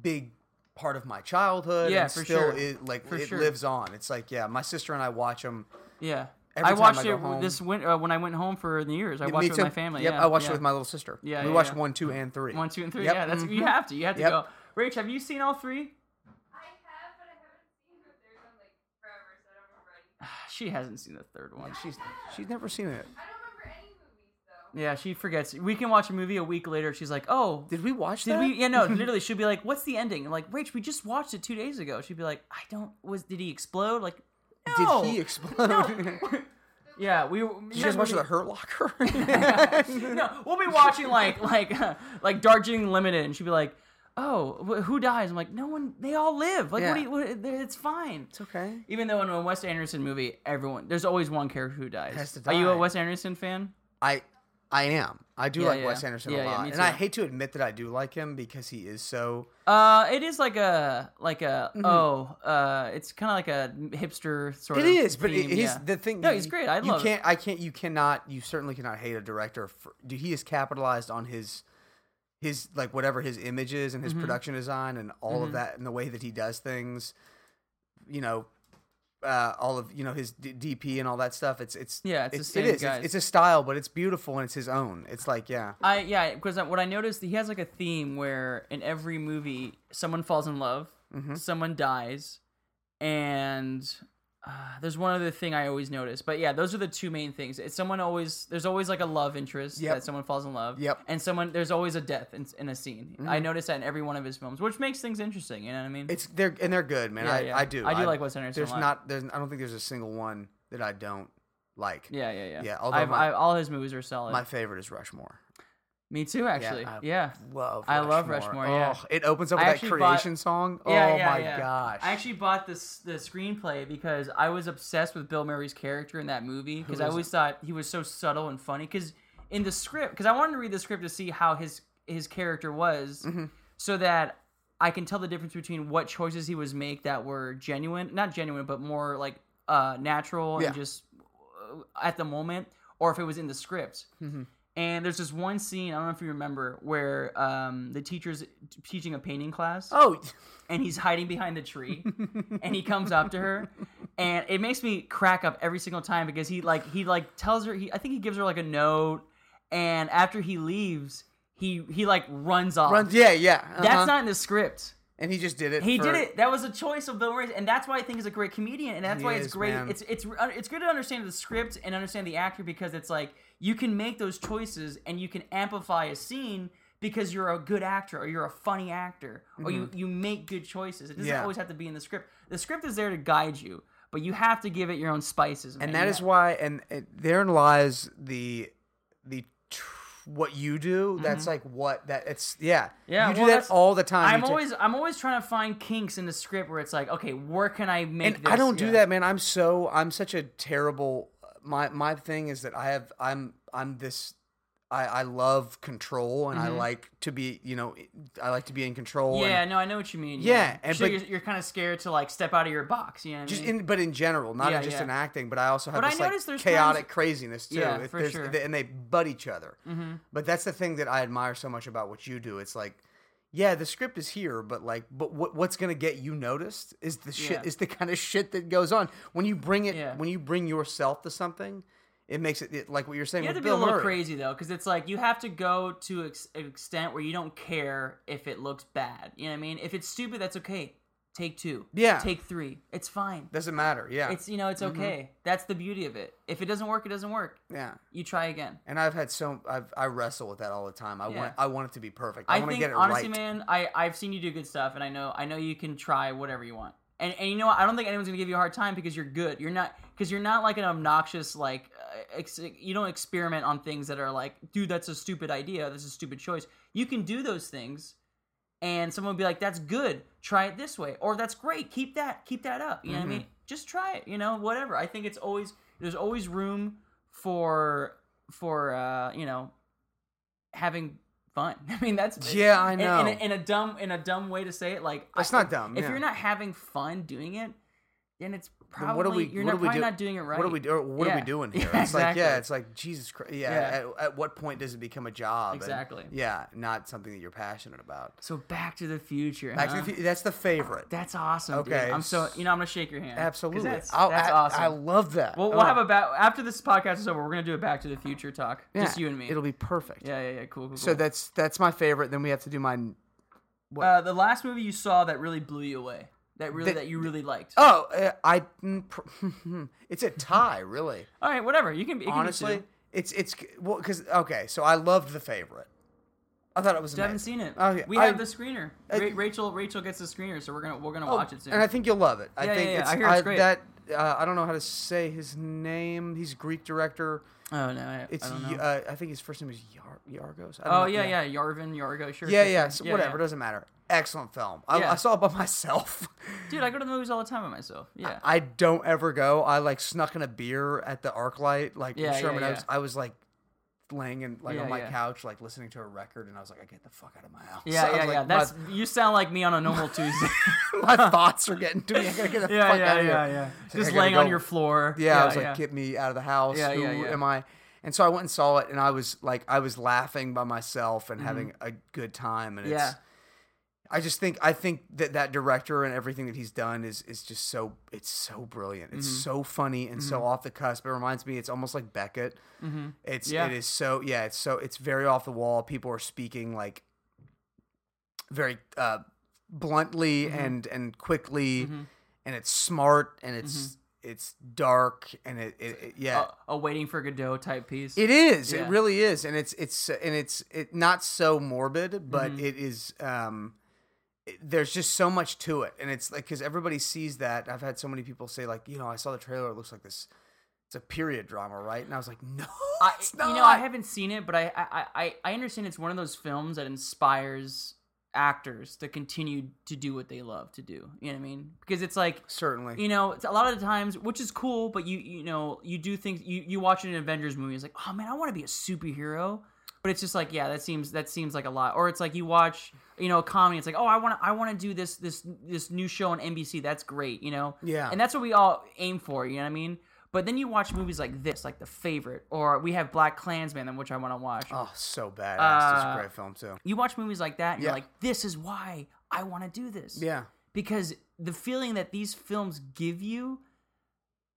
big part of my childhood. Yeah, and for still sure. It, like For it sure. lives on. It's like yeah, my sister and I watch them. yeah. every I time watched I go it home- this winter uh, when I went home for New Year's. I watched it with my family. Yep, yeah, I watched yeah. it with my little sister. Yeah, we yeah, watched yeah. one, two, and three. one, two, and [laughs] three. Yep, Yeah, that's you mhm. have to. You have to Yep. go. Rach, have you seen all three? [sighs] I have, but I haven't seen her. There's been like forever, so I don't remember any. She hasn't seen the third one. She's she's never seen it. I don't remember any movies though. Yeah, she forgets. We can watch a movie a week later. She's like, "Oh, did, Did we watch that? we?" Yeah, [laughs] no. Literally, she'll be like, "What's the ending?" I'm like, "Rach, we just watched it two days ago." She'd be like, "I don't. Was did he explode?" Like, no. Did he explode? yeah, we. You Did [laughs] you guys watch the Hurt Locker? [laughs] [laughs] no, we'll be watching like like [laughs] like Darjeeling Limited, and she'd be like, "Oh, wh- who dies?" I'm like, "No one. They all live. Like, Yeah. what, do you, what? It's fine." It's okay. Even though in a Wes Anderson movie, everyone there's always one character who dies. Has to Are you a die. Wes Anderson fan? I I am. I do Yeah, like yeah. Wes Anderson Yeah, a yeah, lot, me and I too. hate to admit that I do like him because he is so. Uh, it is like a like a oh uh, it's kind of like a hipster sort Mm-hmm. It of. is, but theme, it, he's yeah. the thing. No, he's great. I you love it. can't. I can't. You cannot. You certainly cannot hate a director. For, dude, he has capitalized on his his like whatever his image is and his Mm-hmm. production design and all of that and the way that he does things. You know, uh, all of you know his D- DP and all that stuff. It's it's Yeah, it's the it's, same it is. guys. It's, it's a style, but it's beautiful and it's his own. It's like yeah, I yeah, because what I noticed he has like a theme where in every movie someone falls in love, mm-hmm. someone dies, and uh, there's one other thing I always notice. But yeah, those are the two main things. It's someone always there's always like a love interest Yep. that someone falls in love. Yep. Mm-hmm. And someone there's always a death in, in a scene. I noticed that in every one of his films, which makes things interesting. You know what I mean? it's they're and they're good, man. Yeah, I, yeah. I do. I do like Wes Anderson a There's lot. not. There's. I don't think there's a single one that I don't like. yeah, yeah, yeah. Yeah, although I've, my- I, all his movies are solid. My favorite is Rushmore. Me too, actually. I- Yeah. love. I love Rushmore, yeah. Oh, it opens up I with that actually bought- creation song. Oh Yeah, yeah, my yeah. gosh! I actually bought this the screenplay because I was obsessed with Bill Murray's character in that movie because I is always thought he was so subtle and funny. Because in the script, because I wanted to read the script to see how his his character was, Mm-hmm. so that I can tell the difference between what choices he was make that were genuine, not genuine, but more like uh, natural Yeah. and just uh, at the moment, or if it was in the script. Mm-hmm. And there's this one scene I don't know if you remember where um, the teacher's teaching a painting class oh, and he's hiding behind [laughs] the tree and he comes up to her and it makes me crack up every single time because he like he like tells her he I think he gives her like a note and after he leaves he he like runs off. runs. Yeah, yeah. uh-huh. Oh. That's not in the script. And he just did it. He for- did it. That was a choice of Bill Murray, and that's why I think he's a great comedian, and that's He why it's is, great. man. It's it's uh, it's good to understand the script and understand the actor because it's like you can make those choices and you can amplify a scene because you're a good actor or you're a funny actor or you, you make good choices. It doesn't Mm-hmm. Yeah. always have to be in the script. The script is there to guide you, but you have to give it your own spices. and that is why and, and therein lies the the tr- what you do that's like what that it's yeah Mm-hmm. Yeah, you do well, that that's- all the time I'm You take- always I'm always trying to find kinks in the script where it's like, okay, where can I make and this? I don't do Yeah. that, man. I'm so I'm such a terrible. My my thing is that I have I'm I'm this. I I love control and I like to be you know I like to be in control. Mm-hmm. Yeah, And no, I know what you mean. Yeah, and so but- you're, you're kind of scared to like step out of your box. You know what I just mean? in, but in general, not Yeah, in just yeah. in acting, but I also have But I this notice like there's chaotic times- craziness too. Yeah, If for there's- sure. Mm-hmm. and they butt each other. But that's the thing that I admire so much about what you do. It's like, yeah, the script is here, but like, but what, what's gonna get you noticed is the shit Yeah. is the kind of shit that goes on when you bring it Yeah. when you bring yourself to something. It makes it, it like what you're saying. You have with to be Bill a little Murray. crazy though, because it's like you have to go to ex- an extent where you don't care if it looks bad. You know what I mean? If it's stupid, that's okay. Take two. Yeah. Mm-hmm. Take three. It's fine. Doesn't matter. Yeah, It's you know it's okay. That's the beauty of it. If it doesn't work, it doesn't work. yeah. You try again. And I've had so I've, I wrestle with that all the time. I Yeah. want I want it to be perfect. I, I want to think get it honestly, right. man, I I've seen you do good stuff, and I know I know you can try whatever you want. And and you know what? I don't think anyone's gonna give you a hard time because you're good. You're not because you're not like an obnoxious like uh, ex- you don't experiment on things that are like, dude, that's a stupid idea. That's a stupid choice. You can do those things, and someone will be like, that's good. Try it this way, or that's great. Keep that keep that up. You know what Mm-hmm. I mean? Just try it. You know, whatever. I think it's always there's always room for for uh, you know having fun. [laughs] I mean, that's Yeah, I in- in a- know. In, a dumb in a dumb way to say it, like That's I- not dumb, If yeah. you're not having fun doing it, then it's Then probably you're not, do probably do- not doing it right. What are we doing? What are we Yeah. [laughs] doing here? Yeah, it's like yeah, exactly. it's like Jesus Christ. Yeah, Yeah. At, at what point does it become a job? and- Exactly. yeah, not something that you're passionate about. So Back to the Future. Back huh? to the Fu- that's the favorite. That's awesome. dude. Okay, I'm so you know I'm gonna shake your hand. 'Cause Absolutely. That's, I'll- oh. that's I, awesome. I love that. we'll, we'll have a back after this podcast is over. We're gonna do a Back to the Future talk. Just you and me. It'll be perfect. yeah, yeah, yeah. Cool. cool, So cool. that's that's my favorite. Then we have to do mine. uh, the last movie you saw that really blew you away. That really The- that you really liked. Oh, uh, I. mm, pr- [laughs] it's a tie, really. All right, whatever. You can it can be Honestly, two. it's it's well because okay. So I loved the favorite. I thought it was. I haven't amazing. seen it. Oh, yeah. We I- have the screener. Ra- Rachel Rachel gets the screener, so we're gonna we're gonna Oh, watch it soon. And I think you'll love it. I Yeah, think yeah, yeah. it's, I hear it's I- great. that uh, I don't know how to say his name. He's a Greek director. oh no, I, It's I don't know. Y- uh, I think his first name is Yar- Yargos. I don't oh know. yeah, yeah, Yarvin Yargo, sure. yeah, sure, yeah. sure. so whatever, doesn't matter. Excellent film. I, Yeah. I saw it by [laughs] myself. Dude, I go to the movies all the time by myself. [laughs] Yeah, I don't ever go. I like snuck in a beer at the ArcLight, like in Yeah, yeah, Sherman yeah. Oaks. I was like laying in like Yeah, on my yeah. couch, like listening to a record, and I was like, I get the fuck out of my house. [laughs] I yeah, was yeah, like, yeah. my- That's you sound like me on [laughs] a normal Tuesday. my, [laughs] thoughts are getting to me. I gotta get the yeah, fuck yeah, out of here. yeah, yeah. I Just gotta laying on go. your floor. Yeah, I was like, yeah. get me out of the house. Yeah, Who yeah, yeah. am I? And so I went and saw it, and I was like, I was laughing by myself and having a good time. And Mm-hmm. Yeah. it's, I just think, I think that that director and everything that he's done is is just so, it's so brilliant. It's Mm-hmm. so funny and so off the cusp. It reminds me, it's almost like Beckett. It's Mm-hmm. Yeah. it is so yeah. It's so it's very off the wall. People are speaking like very uh, bluntly Mm-hmm. and and quickly, and it's smart and it's Mm-hmm. it's dark and it, it, it- yeah. a, a waiting for Godot type piece. It is. Uh, Yeah. It really is, and it's it's and it's it not so morbid, but Mm-hmm. it is. Um, it- there's just so much to it, and it's like because everybody sees that. I've had so many people say like, you know, I saw the trailer. It looks like this. It's a period drama, right? And I was like, no, I, it's you not. know, I haven't seen it, but I, I, I, I understand it's one of those films that inspires actors to continue to do what they love to do. You know what I mean? Because it's like certainly. you know, it's a lot of the times, which is cool, but you you know, you do things you you watch an Avengers movie, it's like, oh man, I want to be a superhero, but it's just like, yeah, that seems that seems like a lot. Or it's like you watch you know a comedy, it's like, oh, I want to I want to do this this this new show on NBC, that's great, you know, Yeah. and that's what we all aim for, you know what I mean. But then you watch movies like this, like The Favorite, or we have Black Klansman, which I want to watch. Oh, so badass! it's Uh, a great film too. You watch movies like that, and you're Yeah. like, this is why I want to do this Yeah, because the feeling that these films give you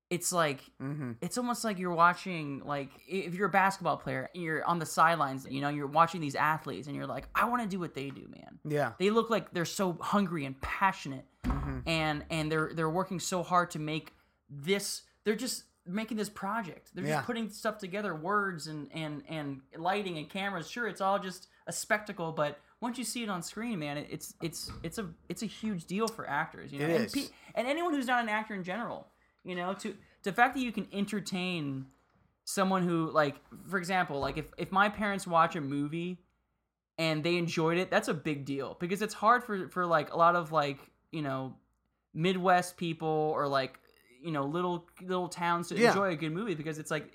it's like mm-hmm. it's almost like you're watching like i- if you're a basketball player and you're on the sidelines you know you're watching these athletes and you're like i want to do what they do man yeah, Mm-hmm. they look like they're so hungry and passionate and and they're they're working so hard to make this they're just making this project. They're Yeah. just putting stuff together, words and and and lighting and cameras. Sure, it's all just a spectacle, but once you see it on screen, man, it, it's it's it's a it's a huge deal for actors. You know, It and, is. and anyone who's not an actor in general. You know, to the fact that you can entertain someone who like for example like if, if my parents watch a movie and they enjoyed it that's a big deal because it's hard for for like a lot of like you know midwest people or like you know little little towns to Yeah. enjoy a good movie because it's like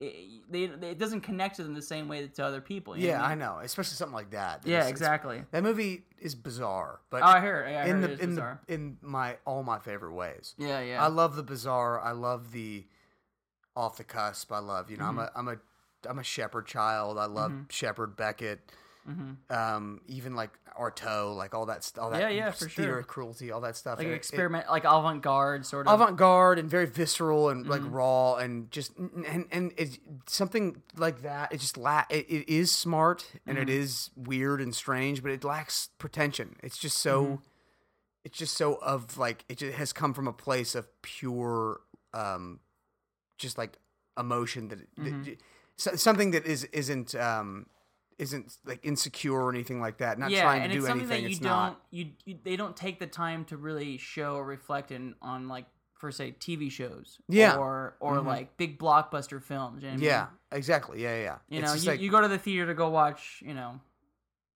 it, it, they, it doesn't connect to them the same way to other people you know yeah, what I I mean? know, especially something like that. yeah It's- it's- exactly That movie is bizarre, but oh i heard yeah, I in heard the it is in bizarre. the in my all my favorite ways. yeah yeah I love the bizarre. I love the off the cusp. I love you know. Mm-hmm. I'm a I'm a I'm a shepherd child. I love Shepherd Beckett. mm-hmm. Um, even like Artaud, like all that stuff. Yeah, yeah, for theater sure. of cruelty, all that stuff. like And an it- it- experiment like avant-garde sort of avant-garde and very visceral and Mm-hmm. like raw and just and and it's something like that it just la- it, it is smart and Mm-hmm. it is weird and strange but it lacks pretension it's just so Mm-hmm. it's just so of like it just has come from a place of pure um just like emotion that, that Mm-hmm. j- so- something that is isn't um isn't like insecure or anything like that not yeah, trying to and do it's something anything that you it's don't not You, you they don't take the time to really show or reflect in on like for say TV shows, Yeah. or or Mhm. like big blockbuster films. You know what I mean? yeah exactly yeah yeah, yeah you It's know, just you, like- you go to the theater to go watch, you know, [laughs]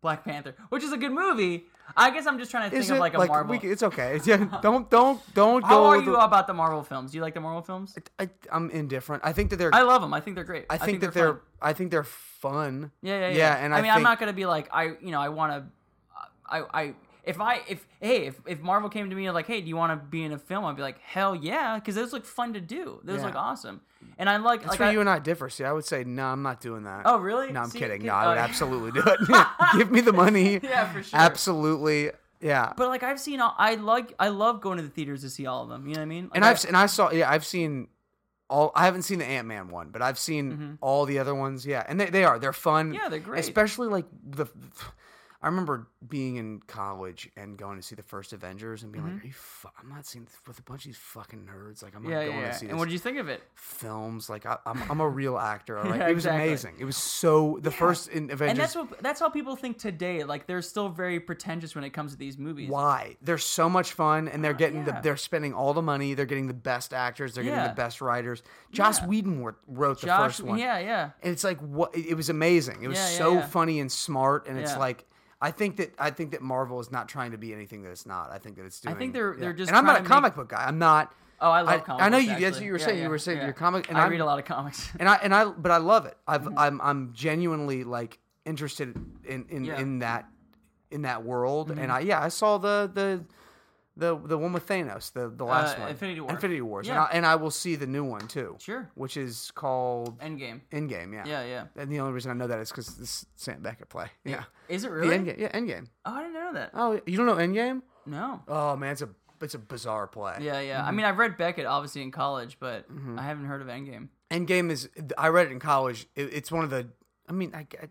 Black Panther, which is a good movie. I guess I'm just trying to think Is of it? like a Marvel. we can- it's okay. It's- yeah, [laughs] don't don't don't How go. are with you the- about the Marvel films? Do you like the Marvel films? I, I'm indifferent. I think that they're. I I, love them. I think they're great. think, that they're. fun. I think they're fun. Yeah, yeah, yeah. Yeah, and I mean, I'm think- not gonna be like, I, you know, I want to, I, I, if I, if hey, if, if Marvel came to me and like, hey, do you want to be in a film? I'd be like, hell yeah, because those look fun to do. Those Yeah. look awesome, and I like. That's like where I, you and I differ. See, I would say no. I'm not doing that. oh really? no, I'm See, kidding. kid- No, I oh, would yeah. absolutely do [laughs] it. [laughs] Give me the money. Yeah, for sure. Absolutely. Yeah. But like I've seen, all, I like, I love going to the theaters to see all of them. You know what I mean? Like, and I- I've and I saw. Yeah, I've seen. All, I haven't seen the Ant Man one, but I've seen all the other ones. Yeah, and they, they are they're fun. Mm-hmm. Yeah, they're great. Especially like the, I remember being in college and going to see the first Avengers and being like, "Are you? Fu- I'm not seeing this with a bunch of these fucking nerds. Like I'm not Mm-hmm. yeah, going yeah. to yeah. see this And what did you think of it? films. Like I, I'm, I'm a real actor. All right, [laughs] Yeah, it was exactly. amazing. It was so the first in Avengers. And that's what that's how people think today. Like they're still very pretentious when it comes to these movies. why they're so much fun and they're getting Uh, yeah. the they're spending all the money they're getting the best actors they're getting Yeah. the best writers joss Yeah. whedon wor- wrote the Josh, first one yeah, yeah. and it's like what it it was amazing it was Yeah, yeah, so yeah. funny and smart and it's Yeah. like i think that i think that marvel is not trying to be anything that it's not i think that it's doing think they're- they're just and i'm not trying a to make- comic book guy i'm not Oh, I love I, comics. I know you Actually. that's what you were Yeah, saying yeah, you were saying yeah. you're a comic and I I'm- read a lot of comics. [laughs] and I and I but I love it. I've Mm-hmm. I'm I'm genuinely like interested in in, Yeah. Mm-hmm. in that in that world. And I yeah, I saw the the the the one with Thanos, the the last Uh, one, Infinity War. Infinity Wars, Yeah. and, I, and I will see the new one too, Sure. which is called Endgame. Endgame. Yeah, Yeah, yeah. And the only reason I know that is because this Sam Beckett play. Yeah, Is it the really? Endgame. Yeah, Endgame. Oh, I didn't know that. Oh, you don't know Endgame? No. Oh man, it's a it's a bizarre play. Yeah, yeah. Mm-hmm. I mean, I've read Beckett obviously in college, but I haven't heard of Endgame. Endgame is I read it in college. It, it's one of the I mean I, I,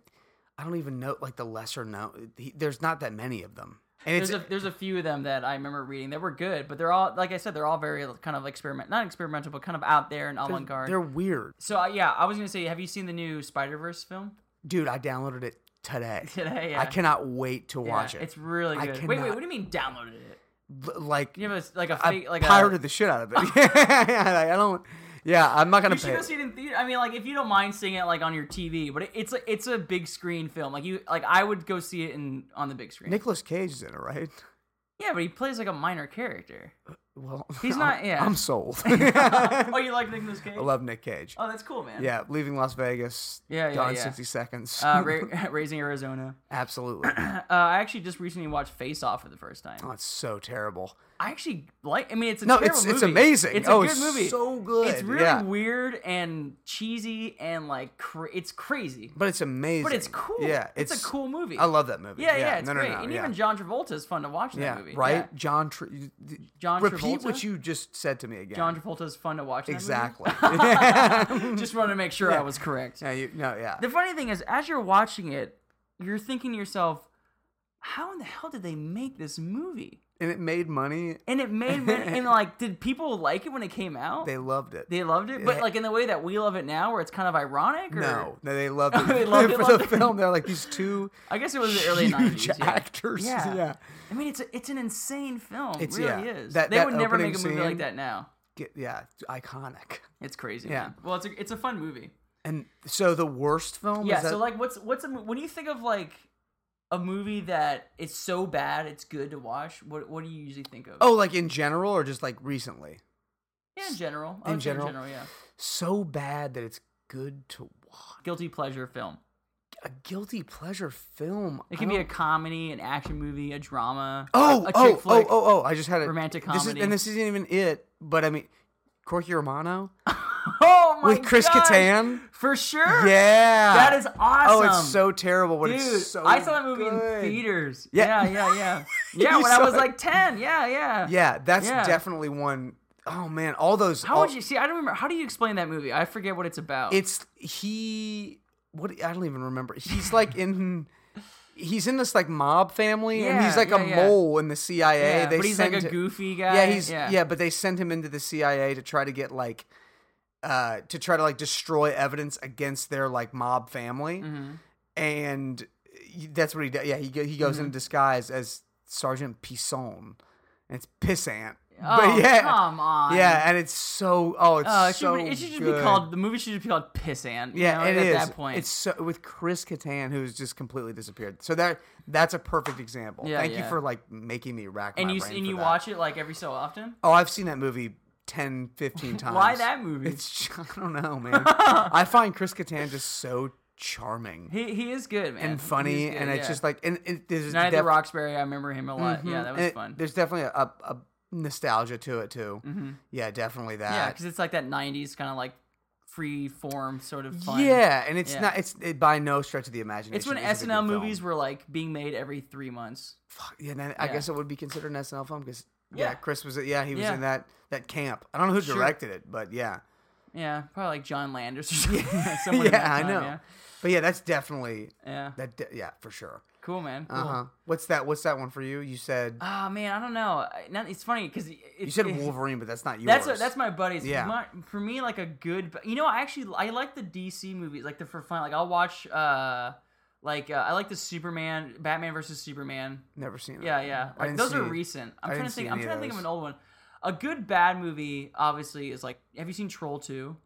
I don't even know like the lesser known. He, there's not that many of them, and it's There's a there's a few of them that I remember reading that were good, but they're all like I said, they're all very kind of experiment, not experimental, but kind of out there and avant they're garde. weird, So uh, yeah, I was gonna say, have you seen the new Spider Verse film [laughs] dude. I downloaded it today. today? [laughs] Yeah. I cannot wait to Yeah, watch it. It's really I good. Wait, wait. cannot- What do you mean downloaded it? L- like You have a, like a I fake like pirated a. the shit out [laughs] of it. [laughs] I don't. Yeah, I'm not gonna You should pay. go see it in theater. I mean, like if you don't mind seeing it like on your TV, but it, it's like it's a big screen film. Like you like I would go see it in on the big screen. Nicholas Cage is in it, right? [laughs] Yeah, but he plays like a minor character. [laughs] Well, He's I'm- not- yeah. I'm [laughs] sold. [laughs] oh, I you like Nicolas Cage? love Nick Cage. oh, that's cool, man. Yeah, leaving Las Vegas. Yeah, yeah, Gone yeah. 60 seconds. Uh, Ra- [laughs] Raising Arizona. [clears throat] [clears throat] Absolutely. [clears throat] Uh, I actually just recently watched Face Off for the first time. Oh, it's so terrible. I actually like. I mean, it's a No, terrible it's it's movie. amazing. It's a oh, good it's movie. so good. It's really yeah. weird and cheesy and like cra- it's crazy, but it's amazing. but it's cool. Yeah, it's, a cool movie. I love that movie. Yeah, yeah, it's no, no, great. no, and yeah. even John Travolta is fun to watch in yeah, that movie. right, Yeah. John. Tra- John repeat Travolta? what you just said to me again. John Travolta is fun to watch. In that movie. exactly. [laughs] [laughs] just wanted to make sure Yeah. I was correct. no, you, no, yeah. The funny thing is, as you're watching it, you're thinking to yourself, how in the hell did they make this movie? and it made money. and it made [laughs] men- and like did people like it when it came out? They loved it. They loved it, but Yeah. like in the way that we love it now, where it's kind of ironic. Or? no, no, they loved it. [laughs] [laughs] They loved it, for loved the it. film. They're like these two I guess [laughs] it was the early huge nineties. Yeah. actors. Yeah. yeah. I mean, it's a, it's an insane film. It's- it really yeah. is. That- they that would never opening make a movie like scene- that now. Get, yeah, it's iconic. It's crazy. Yeah. Yeah. Well, it's a, it's a fun movie. And so the worst film. Yeah. Is that, So like, what's what's a, mo- when you think of like a movie that it's so bad it's good to watch? What what do you usually think of? oh, like in general or just like recently, yeah, in general. I in would say general? in general, yeah. so bad that it's good to watch. Guilty pleasure film. A guilty pleasure film. It I can be a don't- comedy, an action movie, a drama. Oh, a, a oh, chick oh, flick. oh, oh! I just had a romantic This is, comedy. and this isn't even it, but I mean, Corky Romano [laughs] Oh my with Chris gosh, Kattan. For sure. Yeah, That is Oh, awesome. it's so terrible, but Dude, it's so. I saw that movie good. in theaters. Yeah. Yeah, yeah, yeah. [laughs] Yeah, You when I saw was it? like 10. Yeah, yeah. Yeah, that's Yeah. definitely one oh man, all those. How all- would you see? I don't remember. How do you explain that movie? I forget what it's about. Oh. It's he. What I don't even remember. He's like in. He's in this like mob family, and he's Yeah, like a yeah, yeah. mole in the CIA. yeah, they but he's send like a hi- goofy guy. Yeah, he's yeah. yeah. but they send him into the CIA to try to get like. Uh, to try to like destroy evidence against their like mob family, Mhm. and he- that's what he does. Yeah, he go- he Mm-hmm. goes in disguise as Sergeant Pisson. And it's Pissant. Oh, but yeah, come on. Yeah, and it's so oh, it's Oh, it should, so be- it should just good. be called the movie should just be called Pissant. you yeah, know, it at is. that point. It's so, with Chris Kattan, who's just completely disappeared. So that that's a perfect example. Yeah, Thank you yeah. for like making me rack and my you brain and for you that. watch it like every so often. Oh, I've seen that movie 10, 15 times. [laughs] Why that movie? It's [laughs] I don't [laughs] know, man. I find Chris Kattan just so charming he he is good, man. and funny, He is good, and it's yeah. just like and it, there's Night at the def- Roxbury. I remember him a lot. Yeah, Mhm. that And was it- fun. Mm. Mm-hmm. There's definitely a, a nostalgia to it too. Yeah, definitely Yeah, that. because it's like that '90s kind of like free form sort of Yeah, fun. and it's Yeah. not. It's it, by no stretch of the imagination. it's when is a good film. SNL movies were like being made every three months. Fuck, yeah, then I Yeah. guess it would be considered an SNL film because yeah. Yeah. Chris was. Yeah, he was Yeah. in that that camp. I don't know who Sure. directed it, but yeah, Yeah, probably like John Landis or [laughs] something. [laughs] Someone in yeah, that I time, know. Yeah. But yeah, that's definitely Yeah. that. De- yeah, for sure. cool, man. Cool. Uh huh. What's that? What's that one for you? You said Ah, man, I don't know. I- Now, it's funny because you said Wolverine, but that's not yours. eh. That's a, that's my buddies. Yeah. My, for me, like a good. bu- You know, I actually I like the DC movies, like the for fun. Like I'll watch, uh, like uh, I like the Superman, Batman versus Superman. never seen. it. Yeah, yeah. I Like didn't those are see- recent. I I'm didn't trying to see think. I'm any of trying to think of those. an old one. A good bad movie, obviously, is like. Have you seen Troll Two?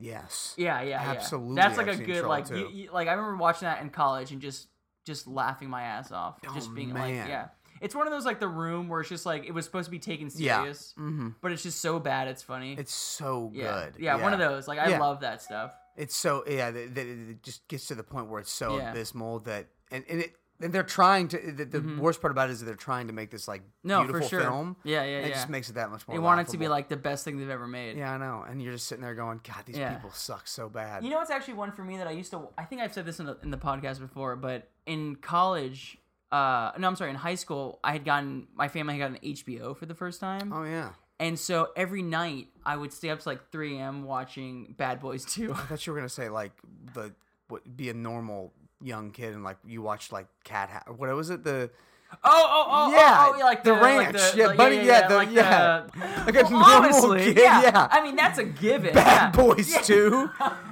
Yes. Yeah, yeah, yeah. Absolutely, That's like I've a seen good Troll like. 2. You, you- like I remember watching that in college and just just laughing my ass off, Oh, just being man. like, yeah. It's one of those like the room where it's just like it was supposed to be taken Yeah. serious, Mm-hmm. but it's just so bad it's funny. It's so good. yeah. Yeah, one of those. Like I Yeah. love that stuff. It's so yeah. That, that it just gets to the point where it's so Yeah. abysmal that and, and it and they're trying to. The, the Mhm. worst part about it is that they're trying to make this like No, beautiful for sure. film. Yeah, yeah, and yeah. It just makes it that much more. they want it to be laughable. like the best thing they've ever made. Yeah, I know. And you're just sitting there going, God, these Yeah. people suck so bad. You know, it's actually one for me that I used to. I think I've said this in the, in the podcast before, but in college, uh, no, I'm sorry, in high school, I had gotten my family had gotten HBO for the first time, oh yeah, and so every night I would stay up to like 3 a.m. watching Bad Boys [laughs] Oh, 2. I thought you were gonna say like the what be a normal young kid and like you watched like Cat House. What was it? The Oh, oh, oh, Yeah, oh, oh, yeah, like the the, ranch. like the, Yeah, like, buddy, yeah, yeah, the- like yeah. the- [laughs] Like a [laughs] Well, normal honestly, kid, yeah. yeah. I mean, that's a given. Bad yeah. Boys [laughs] Two.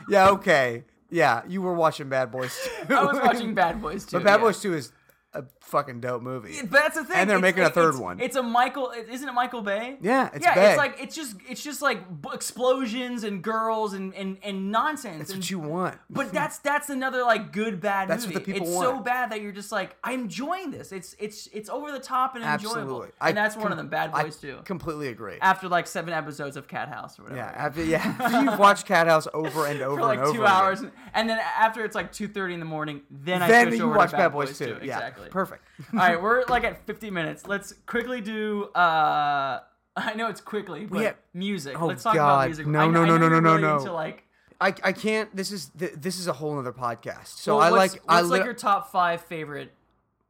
yeah, okay. Yeah, you were watching Bad Boys Two. I was [laughs] watching Bad Boys 2. But Bad yeah. Boys Two is a fucking dope movie. But that's the thing. And they're it's- making a it's- third it's- one. It's a Michael. it- Isn't it Michael Bay? Yeah, it's yeah. Bay. It's like it's just it's just like b- explosions and girls and and and nonsense. That's and, what you want. but that's that's another like good bad Hmm. That's what movie. the people it's so want. bad that you're just like I'm enjoying this. It's it's it's over the top and enjoyable. Absolutely. I And that's one com- of them. Bad I Boys too. Completely agree. After like seven episodes of Cat House or whatever. yeah, after, yeah. [laughs] After you've watched Cat House over and over [laughs] For like and over. two again, hours, and, and then after it's like two thirty in the morning, then, I then switch you over watch to Bad, Boys, Two. Yeah, Exactly. perfect. [laughs] All right, we're like at 50 minutes. Let's quickly do. uh [laughs] I know it's quickly, but Yeah. music. Oh, Let's talk God. about music. No, I, no, I no, know no, you're no, no, really no. Into like, [laughs] I, [laughs] I can't. This is th- this is a whole other podcast. So well, I what's, like What's I like li- your top five favorite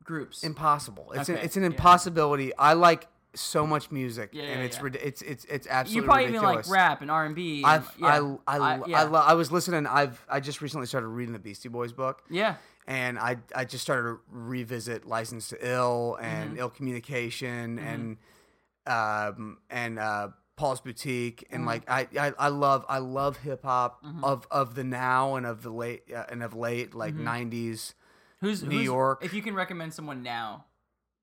groups? impossible. It's an, Okay, it's an yeah. impossibility. I like so much music, Yeah, and yeah, it's yeah. rid- it's it's it's absolutely you probably even ridiculous. like rap and R and B. i I yeah. I I- I, yeah. lo- I was listening. I've I just recently started reading the Beastie Boys book, yeah, and I I just started to revisit License to Ill and Mm-hmm. Ill Communication and um and uh Paul's Boutique Mm-hmm. and like I, I I love I love hip hop of of the now and of the late uh, and of late like Mm-hmm. 90s. who's New who's- York. If you can recommend someone now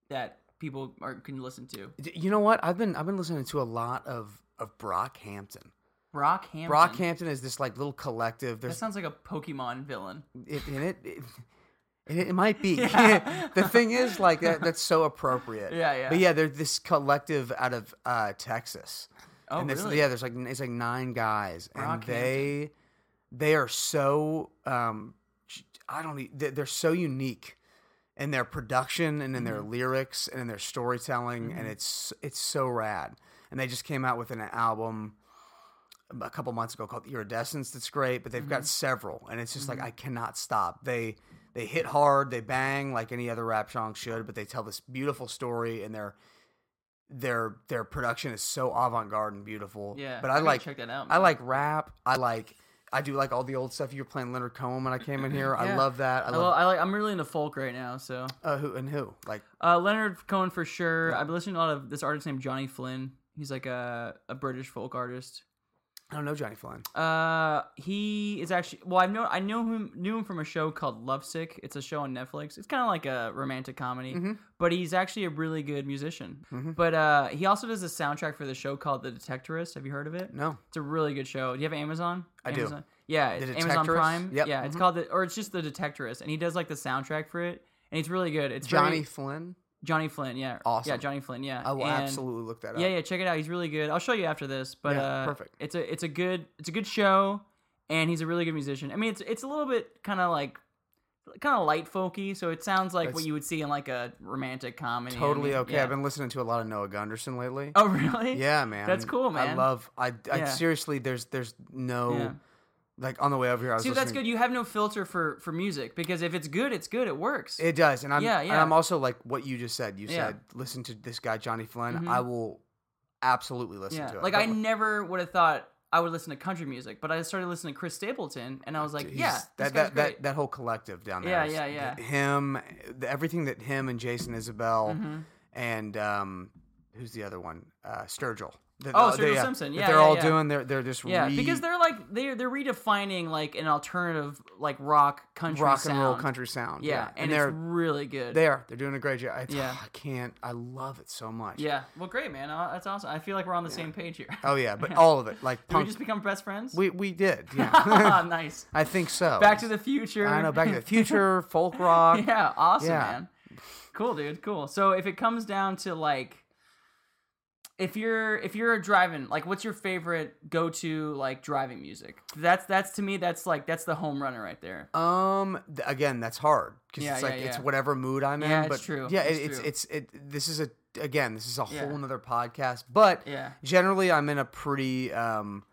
that people are, can listen to, D- You know what? I've been I've been listening to a lot of of Brockhampton. Brockhampton. Brockhampton is this like little collective. That There's sounds like a Pokemon villain. it, and it, it [laughs] and it might be. [laughs] Yeah. [laughs] the thing is, like that, that's so appropriate. Yeah, yeah. But yeah, they're this collective out of uh, Texas. Oh, and it's, really? Yeah, there's like it's like nine guys, and Brockhampton. they they are so um, j- I don't e- they- they're so unique in their production and in Mm-hmm. their lyrics and in their storytelling, and it's it's so rad. And they just came out with an album a couple months ago called Iridescence that's great, but they've Mm-hmm. got several, and it's just like I cannot stop. They they hit hard, they bang like any other rap song should, but they tell this beautiful story, and their their their production is so avant garde and beautiful. Yeah, but I, gotta like check that out. I man. like rap. I like I do like all the old stuff. You were playing Leonard Cohen when I came in [clears throat] here. I Yeah. love that. I I, love lo- I like. I'm really into folk right now. So uh, who and who like uh, Leonard Cohen for sure. I've been listening to a lot of this artist named Johnny Flynn. He's like a a British folk artist. I don't know Johnny Flynn. Uh, he is actually well. I know I know him knew him from a show called Lovesick. It's a show on Netflix. It's kind of like a romantic comedy, Mm-hmm. but he's actually a really good musician. But uh, he also does the soundtrack for the show called The Detectorist. Have you heard of it? No, It's a really good show. Do you have Amazon? I do. Amazon? Yeah, The it's Amazon Detectorist? Prime. Yep. Mm-hmm. Yeah, it's called the or it's just The Detectorist, and he does like the soundtrack for it, and it's really good. It's very- Johnny Flynn. Johnny Flynn. Yeah, Awesome. Yeah, Johnny Flynn. Yeah, I will And- absolutely look that up. Yeah, yeah, check it out. He's really good. I'll show you after this, but Yeah, uh, perfect. It's a it's a good it's a good show, and he's a really good musician. I mean, it's it's a little bit kind of like kind of light folky, so it sounds like what That's- you would see in like a romantic comedy. Totally I mean, okay. yeah. I've been listening to a lot of Noah Gunderson lately. [laughs] Oh [laughs] really? Yeah, man. That's cool, I man. love. I, I Yeah. seriously, there's there's no Yeah. like on the way over here. I was See, that's listening- good. You have no filter for for music because if it's good, it's good. It works. It does, and I'm Yeah, and yeah. I'm also like what you just said. You Yeah. said listen to this guy Johnny Flynn. Mhm. I will absolutely listen yeah. to it. Like But, I never would have thought I would listen to country music, but I started listening to Chris Stapleton, and I was like, he's- yeah, this that guy's that, great. that that whole collective down there. Yeah, is- yeah, yeah. th- Him, the, everything that him and Jason Isabel Mhm. and um, who's the other one? Uh, Sturgill. That- Oh, that- Sturgill yeah, Simpson. that Yeah, they're yeah, all yeah. doing. They're they're just Yeah, re- because they're like they're they're redefining like an alternative like rock country rock and roll sound. country sound. Yeah, and, they're it's really good. They are. They're doing a great job. I, Yeah. [sighs] I can't. I love it so much. yeah, well, great man, uh, that's awesome. I feel like we're on the same page here. [laughs] Oh yeah, but all of it, like Did we punk. just become best friends? [laughs] we, we did. Yeah. [laughs] nice. I think so. Back to the future. I know. Back [laughs] to the future, folk rock. yeah, awesome, Yeah. man. Cool, dude. Cool. So if it comes down to like, if you're if you're driving, like, what's your favorite go to like driving music? That's that's to me that's like that's the home runner right there. Um. th- Again, that's hard because Yeah, it's like yeah, it's yeah. whatever mood I'm Yeah, in. it's But true. Yeah, It's it, it's true. it's it. This is a again. This is a Yeah. whole nother podcast. But Yeah. generally, I'm in a pretty um.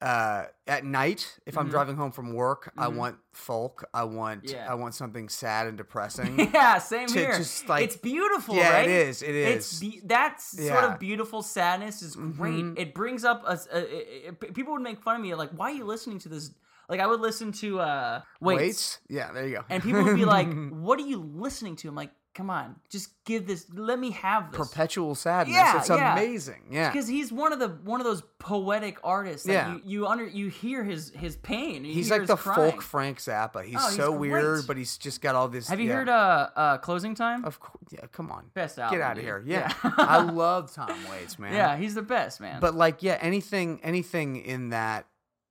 Uh, at night, if I'm driving home from work, I want folk. I want Mm-hmm. Yeah. I want something sad and [laughs] depressing. [laughs] Yeah, same To here. just, like- it's beautiful, yeah, right? it is. It is. It's be- that sort Yeah. of beautiful sadness is great. It brings up a, a- a- a- p- people would make fun of me like, why are you listening to this? Like I would listen to uh Waits, Weights? Yeah, there you go. and people would be [laughs] like, what are you listening to? I'm like, come on, just give this. Let me have this. perpetual sadness. Yeah, it's yeah. amazing. Yeah. because he's one of the one of those poetic artists that Yeah. you, you under you hear his his pain. You He's hear like his the crying. folk Frank Zappa. He's, Oh, he's so weird, great. but he's just got all this. Have you yeah. heard uh uh closing time? Of course. Yeah, come on. Best album. Get out of dude. here. [laughs] Yeah. I love Tom Waits, man. yeah, he's the best man. But like, yeah, anything, anything in that,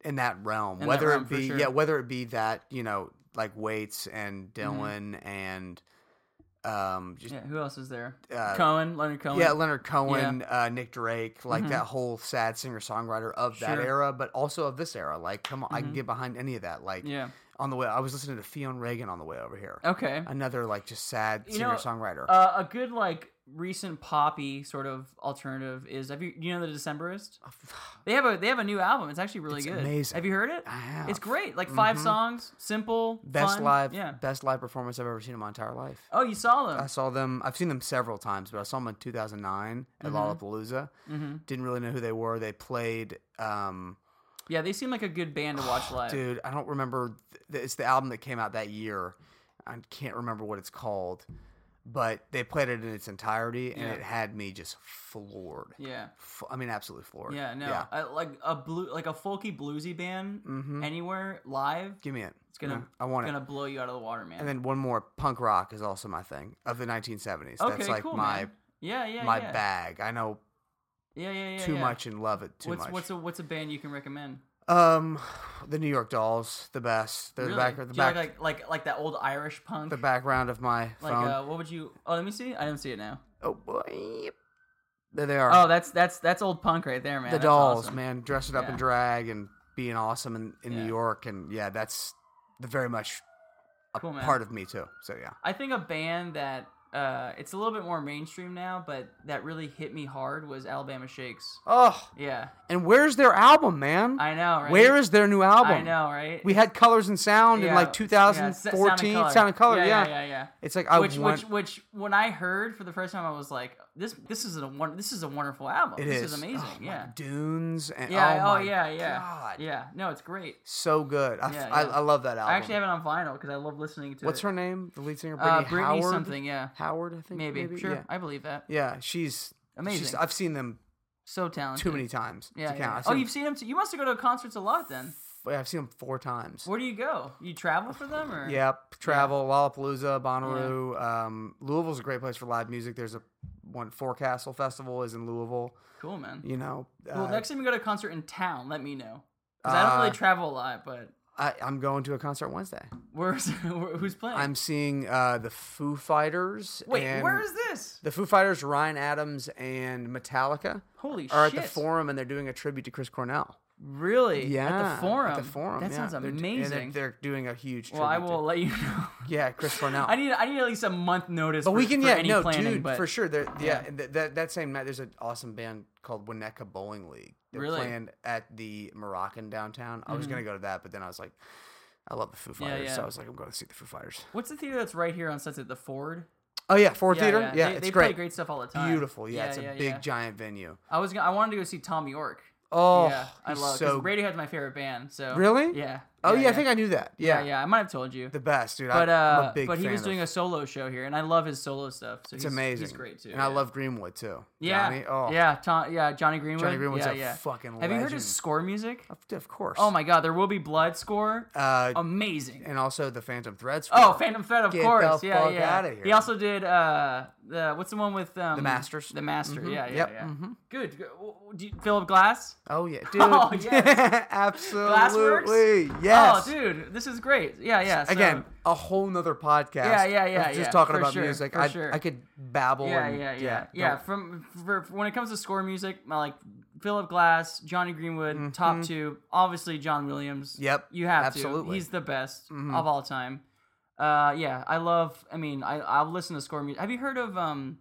in that realm, In that whether realm, it for be, sure. yeah, whether it be that, you know, like Waits and Mm-hmm. Dylan and, um, just Yeah, who else is there? Uh, Cohen, Leonard Cohen. Mm-hmm. Yeah, Leonard Cohen, uh, Nick Drake, like that whole sad singer songwriter of that Sure. Mm-hmm. era, but also of this era. Like, come on, I can get behind any of that. Like, Yeah. on the way, I was listening to Fionn Reagan on the way over here. Okay. Another like just sad You know, singer songwriter. Uh, a good like recent poppy sort of alternative is have you you know the Decemberists? They have a they have a new album. It's actually really It's good. amazing. Have you heard it? [sighs] I have. It's great. Like 5 Mhm. songs, simple, Best fun. live, Yeah. best live performance I've ever seen in my entire life. Oh, you saw them. I saw them. I've seen them several times, but I saw them in 2009 at Mhm. Lollapalooza. hmm Didn't really know who they were. They played. Um, Yeah, they seem like a good band to watch [sighs] live. Dude, I don't remember. th- th- It's the album that came out that year. I can't remember what it's called, but they played it in its entirety, and Yeah. it had me just floored. Yeah. F- I mean, absolutely floored. Yeah, no. I, like a blue like a folky bluesy band Mm-hmm. anywhere live, Give me it. It's gonna- I want it. gonna blow you out of the water, man. And then one more. Punk rock is also my thing of the 1970s. okay, That's like cool, my man. Yeah, yeah, my yeah. bag. I know Yeah, yeah, yeah. too yeah. much and love it too what's much. what's a what's a band you can recommend? um, the New York Dolls, the best. They're Really? the back. The Do you back. like, like like like that old Irish punk. the background of my like phone. uh, what would you? Oh, let me see. I don't see it now. oh boy. There they are. Oh, that's that's that's old punk right there, man. the That's dolls, awesome. man, dressing up in Yeah. drag and being awesome in, in Yeah. New York, and yeah, that's the very much a Cool, man. part of me too. So yeah, I think a band that uh, it's a little bit more mainstream now, but that really hit me hard was Alabama Shakes. oh, Yeah, and where's their album, man? I know, right? Where is their new album? I know, right? We had Colors and Sound in Yeah, like yeah, 2014, Sound and Color. Sound and Color, yeah. yeah, yeah, yeah. yeah. It's like I which, want. which, which, when I heard for the first time, I was like, "This, this is a one, this is a wonderful album. it this is. is, amazing. Oh, my yeah, Dunes and yeah, oh, oh, my yeah, yeah, God. yeah. No, it's great. so good. I, Yeah, I, yeah. I love that album. I actually have it on vinyl because I love listening to. What's it. her name? The lead singer, Brittany, Uh, Brittany Howard. something, yeah, Howard, I think. maybe, sure. Yeah. I believe that. Yeah, she's She's, Amazing. I've seen them So talented. too many times Yeah. to yeah. count. Oh, I've, seen you've seen him. Too? You must have go to concerts a lot then. them, I've seen them four times. Where do you go? You travel for them or? Yep, travel Lollapalooza, Bonnaroo. Um, Louisville's a great place for live music. There's a one Forecastle Festival is in Louisville. Cool, man. You know, Well, uh, next time you go to a concert in town, let me know. 'Cause I don't Uh, really travel a lot, but I, I'm going to a concert Wednesday. where's [laughs] who's playing? I'm seeing uh, the Foo Fighters. Wait, and where is this? the Foo Fighters? Ryan Adams and Metallica Holy are shit! at the Forum, and they're doing a tribute to Chris Cornell. Really? Yeah, At the forum. At the Forum. That yeah. sounds They're do- and they're- amazing. They're, doing a huge. Tribute well, I to- will let you [laughs] know. yeah, Chris Cornell. [laughs] I need I need at least a month notice. But for, we can, for yeah, any no, planning, dude, but for sure. There, yeah, yeah. and th- that that same night, there's an awesome band called Winneka Bowling League. They're Really? Mm-hmm. playing at the Moroccan downtown. I was gonna go to that, but then I was like, I love the Foo Yeah, Fighters, so yeah. I was like, I'm going to see the Foo Fighters. What's the theater that's right here on Sunset? The Ford. Oh yeah, Ford Yeah, Theater. Yeah, Yeah, they, it's they play great. great stuff all the time. Beautiful. Yeah, it's a yeah, big yeah. giant venue. I was gonna, I wanted to go see Tom York. Oh, yeah, I he's love. so So... Radiohead's my favorite band. So Really? Yeah. Oh yeah, I think I knew that. Yeah, yeah, yeah. I might have told you. the best, dude. but I, am uh, a big but he fan was of- doing a solo show here, and I love his solo stuff. So It's he's, amazing. He's great too. and I yeah. love Greenwood too. Yeah. Johnny, oh, Yeah. Tom, yeah. Johnny Greenwood. Johnny Greenwood's yeah, a yeah. fucking. Have you heard legend. his score music? Of- Of course. Oh my Oh God, there will be blood score. Uh, Amazing. and also the Phantom Threads. Oh, Phantom Thread, of Get course. the yeah, fuck yeah. outta here. He also did uh, the what's the one with um, The Masters. The Master. Mhm. Yeah, yeah, Yep, yeah. mhm. Good. good. W- w- Do you, Philip Glass. Oh [laughs] yeah, dude. Oh, [laughs] yes. Absolutely. Yes. Oh, dude, this is great. Yeah, yeah. so- Again, a whole nother podcast. Yeah, yeah, yeah, of Just yeah, talking for about sure, music. for I, sure. I could babble. Yeah, and, yeah, yeah, yeah. From for, for when it comes to score music, I like Philip Glass, Johnny Greenwood, top two. Obviously, John Williams. Mm-hmm. Yep, you have to. absolutely. He's the best Mhm. of all time. Uh, yeah, I love. I mean, I I'll listen to score music. Have you heard of um,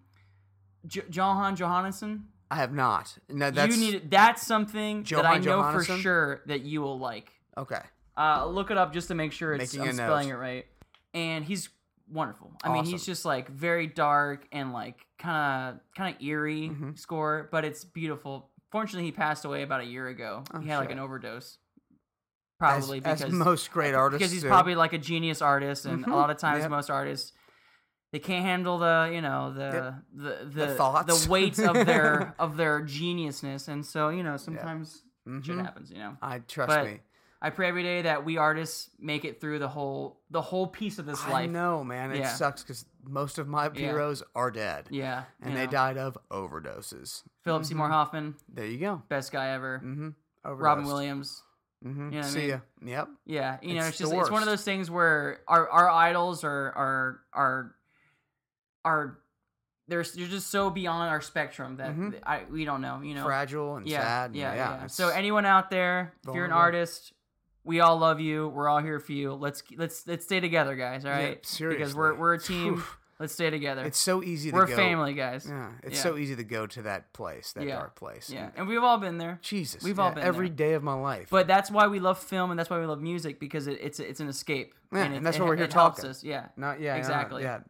J- Johan Johannesson? I have not. No, that's you need that's something that I Johan know for Johannesson? sure that you will like. okay. Uh, look it up just to make sure it's Making I'm a note. spelling it right. And he's wonderful. I mean, he's Awesome. just like very dark and like kind of kind of eerie Mhm. score, but it's beautiful. Fortunately, he passed away about a year ago. Oh, he had like shit. an overdose, As- probably as, because most great artists, because he's do. probably like a genius artist, and Mhm. a lot of times Yep. most artists they can't handle the you know Yep. the the the The thoughts. weight of [laughs] their of their geniusness, and so you know sometimes shit Mhm. happens. You know, I trust but me. I pray every day that we artists make it through the whole the whole piece of this I life. know, man. It Yeah. sucks because most of my heroes are dead, Yeah, and you they Mm-hmm. know. died of overdoses. Philip Seymour Hoffman, There you go. best guy ever. Mm-hmm. Overdose. Robin Williams. Mm-hmm. You know what I See mean? ya. Yep. Yeah, you know, It's it's, just the it's one of worst. those things where our our idols are are are are they're, they're just so beyond our spectrum that Mhm. I we don't know. You know, Fragile and yeah, sad. and yeah, yeah. it's- So anyone out there, if you're an Vulnerable. artist, we all love you. We're all here for you. Let's let's let's stay together, guys. All Yeah, right, because seriously. we're we're a team. Oof. Let's stay together. It's so easy to We're go. family, guys. Yeah, it's Yeah. so easy to go to that place, that Yeah. dark place. Yeah, And- and we've all been there. Jesus, We've all yeah, been every there. day of my life. But that's why we love film, and that's why we love music because it, it's it's an escape. Yeah, it- and that's it- what we're here it helps talking. us, Yeah. not yeah, no, no, exactly. yeah,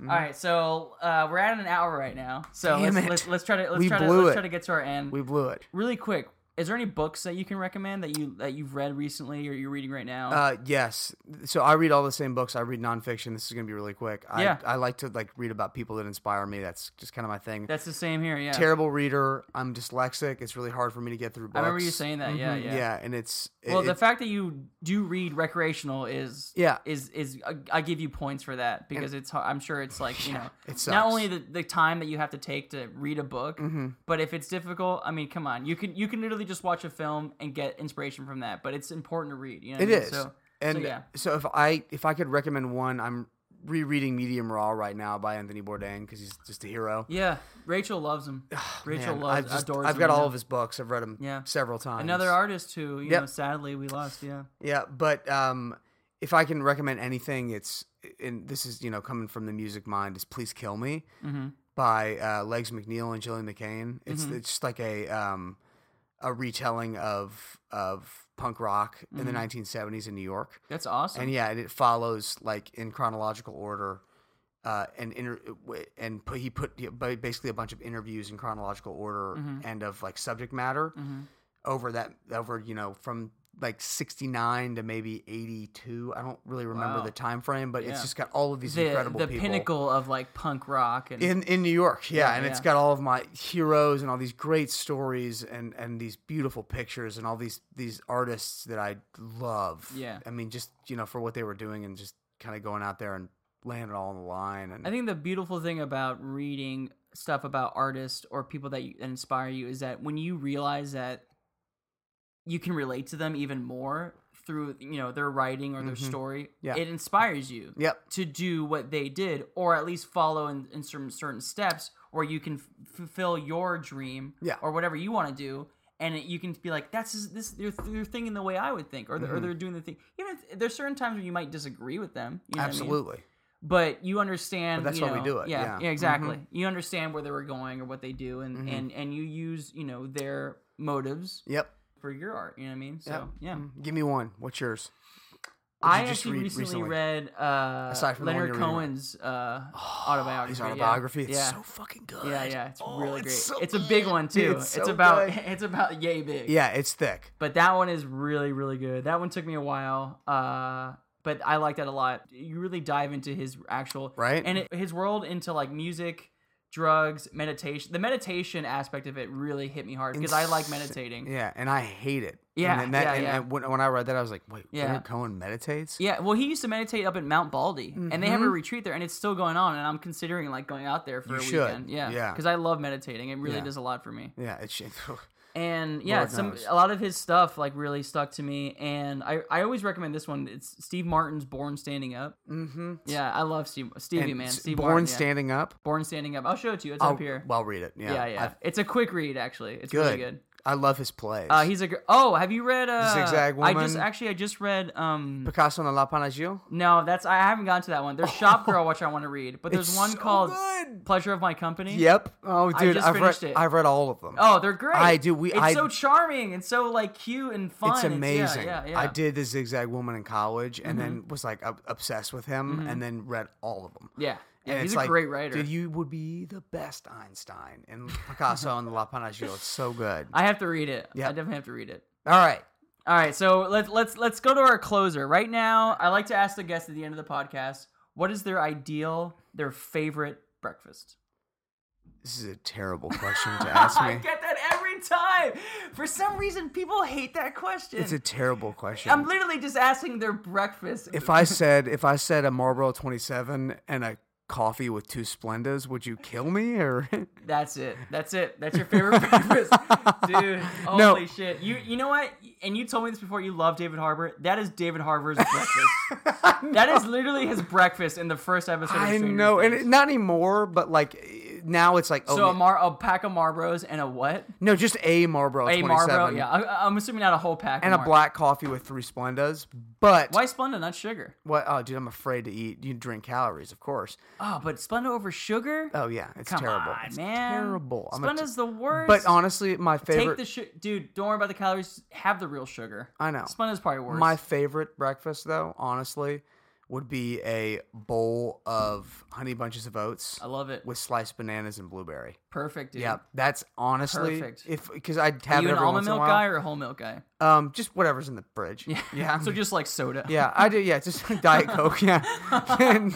All right, so uh, we're at an hour right now. So Mm-hmm. Damn let's, it. let's let's try to let's We try to blew let's it. try to get to our end. we blew it. really quick, is there any books that you can recommend that you that you've read recently or you're reading right now? Uh, yes. So I read all the same books. I read nonfiction. This is gonna be really quick. I, Yeah. I like to like read about people that inspire me. That's just kind of my thing. That's the same here. Yeah. Terrible reader. I'm dyslexic. It's really hard for me to get through books. I remember you saying that. Yeah, Mhm, yeah. Yeah, and it's Well, it- the fact that you do read recreational is yeah, is is I, I give you points for that because it's hard. I'm sure it's like you know it sucks. not only the, the time that you have to take to read a book, Mhm. but if it's difficult, I mean, come on, you can you can literally just watch a film and get inspiration from that. But it's important to read. You know what It I mean? is. So, and yeah. so if I if I could recommend one, I'm rereading Medium Raw right now by Anthony Bourdain because he's just a hero. Oh, yeah, Rachel loves him. Rachel Man, loves I've, just, adores. I've him, got you all know? of his books. I've read them Yeah. several times. Another artist who you Yep. know sadly we lost. Yeah. Yeah, but um, if I can recommend anything, it's and this is you know coming from the music mind is "Please Kill Me" Mm-hmm. by uh, Legs McNeil and Jillian McCain. It's Mhm. it's just like a um, a retelling of of punk rock in the Mhm. 1970s in New York, That's awesome. and yeah, and it follows like in chronological order. Uh, and inter- and put, he put yeah, ba- basically a bunch of interviews in chronological order Mhm. and of like subject matter hmm over that over you know from like 69 to maybe 82 i don't really remember Wow. the time frame but Yeah. it's just got all of these The, incredible the people pinnacle of like punk rock and in in new york yeah, Yeah, and it's yeah. got all of my heroes and all these great stories and and these beautiful pictures and all these these artists that i love Yeah. i mean just you know for what they were doing and just kind of going out there and laying it all on the line and I think the beautiful thing about reading stuff about artists or people that you, that inspire you is that when you realize that you can relate to them even more through you know their writing or their Mhm. story, Yeah. it inspires you yep to do what they did or at least follow in, in certain certain steps where you can f- fulfill your dream Yeah. or whatever you want to do and it, you can be like that's just- this they're, they're thinking the way i would think or, they're, or Mhm. they're doing the thing you know there's certain times where you might disagree with them you know what I mean? absolutely but you understand But that's you why we know, do it, yeah, yeah. Mm-hmm. exactly you understand where they were going or what they do and and and you use you know their motives yep for your art you know what i mean so Yep. yeah Mm. give me one what's yours What'd I you just actually read recently, recently? read uh, Aside from the one Leonard you're reading right- Cohen's uh, autobiography. Oh, his yeah. autobiography it's Yeah. so fucking good yeah, yeah, it's Oh, really it's great. so it's a big good. one too. Dude, it's it's so about good. [laughs] it's about yay big. yeah it's thick But that one is really really good. That one took me a while. Uh but I like that a lot. You really dive into his actual Right. and it, his world into like music, drugs, meditation. The meditation aspect of it really hit me hard because I like Insane. meditating. Yeah. Yeah, and I hate it. Yeah, and then that, yeah, and, yeah. and when, when I read that, I was like, wait, Yeah. Leonard Cohen meditates? well, he used to meditate up at Mount Baldy, and they have a Mhm. retreat there, and it's still going on. And I'm considering like going out there for You a should. weekend. Yeah, Yeah. because I love meditating. It really Yeah. does a lot for me. Yeah, it's shit. [laughs] and yeah, Lord some knows. a lot of his stuff like really stuck to me, and I, I always recommend this one. It's Steve Martin's Born Standing Up. mm-hmm. Yeah, I love Steve Stevie man. Steve Born Martin, yeah. standing up. Born Standing Up. I'll show it to you. It's I'll, up here. I'll read it. Yeah, yeah, yeah. I've- It's a quick read actually. It's really good. good. I love his plays. Uh, he's a gr- oh. Have you read uh? Zigzag I just Woman? actually I just read um. Picasso and La Panagio. No, that's I haven't gotten to [laughs] that one. There's Shop Girl, which I want to read, but there's It's one so called good. Pleasure of My Company. Yep. Oh, I dude, just I've read. finished it. I've read all of them. Oh, they're great. I do- we- It's I- so charming and so like cute and fun. It's yeah, amazing. yeah, Mm-hmm. yeah. I did the Zigzag Woman in college, and then was like ob- obsessed with him, Mm-hmm. and then read all of them. Yeah, yeah and he's it's a like, great writer. Dude, you would be the best Einstein [laughs] and Picasso and La Panagio. It's so good. I have to read it. Yeah. I definitely have to read it. All right. All right, so let's let's let's go to our closer right now. I like to ask the guests at the end of the podcast what is their ideal, their favorite breakfast. This is a terrible question [laughs] to ask I me. get that every time. For some reason, people hate that question. It's a terrible question. I'm literally just asking their breakfast. if I said if I said a Marlboro 27 and a coffee with two Splendas, would you kill me [laughs] or [laughs] That's it. That's it. That's your favorite [laughs] breakfast, dude. Holy No. shit! You you know what? And you told me this before. You love David Harbour. That is [laughs] David Harbour's breakfast. That is literally his breakfast in the first episode. Of I Stranger know, and Things. it, not anymore. But like, eh, now it's like oh so a, man- Mar- a pack of Marlboros and a what? no, just a Marlboro A 27 Marlboro. Yeah, I, I'm assuming not a whole pack. of and a Marlboro. black coffee with three Splendas. But Why Splenda, not sugar? what? Oh, dude, I'm afraid to eat. You drink calories, of course. Oh, but Splenda over sugar? Oh yeah, it's Come terrible. on, it's man. terrible. I'm a t- Splenda's the worst. but honestly, my take favorite. the su- dude. Don't worry about the calories. Have the real sugar. I know. Splenda's probably worse. My favorite breakfast, though, honestly, would be a bowl of honey bunches of oats I love it. with sliced bananas and blueberry. Perfect, dude. Yeah, that's honestly Perfect. if because I'd Are have you it an every almond once in a milk while. guy or a whole milk guy? Um, just whatever's in the fridge. Yeah, [laughs] so just like soda. yeah, I do. Yeah, just [laughs] [laughs] diet coke. Yeah,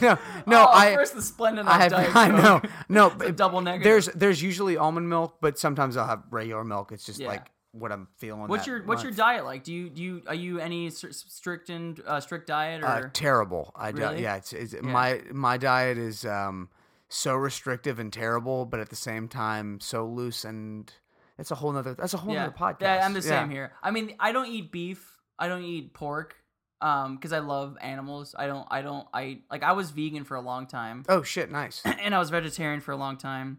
no, no, Oh, I. first the Splenda. now I have, [laughs] Diet I know, Coke. no, a but double negative. There's, there's usually almond milk, but sometimes I'll have regular milk. It's just Yeah. like what I'm feeling. What's that your what's your month. diet like? Do you do you are you any str- strict and uh, strict diet or Uh, terrible. I di- Really? yeah, it's, it's my my diet is um so restrictive and terrible, but at the same time so loose and that's a whole nother that's a whole yeah? nother podcast. Yeah, I'm the Yeah. same here. I mean, I don't eat beef. I don't eat pork. Um, because I love animals. I don't. I don't. I like. I was vegan for a long time, [clears throat] Oh shit, nice. and I was vegetarian for a long time.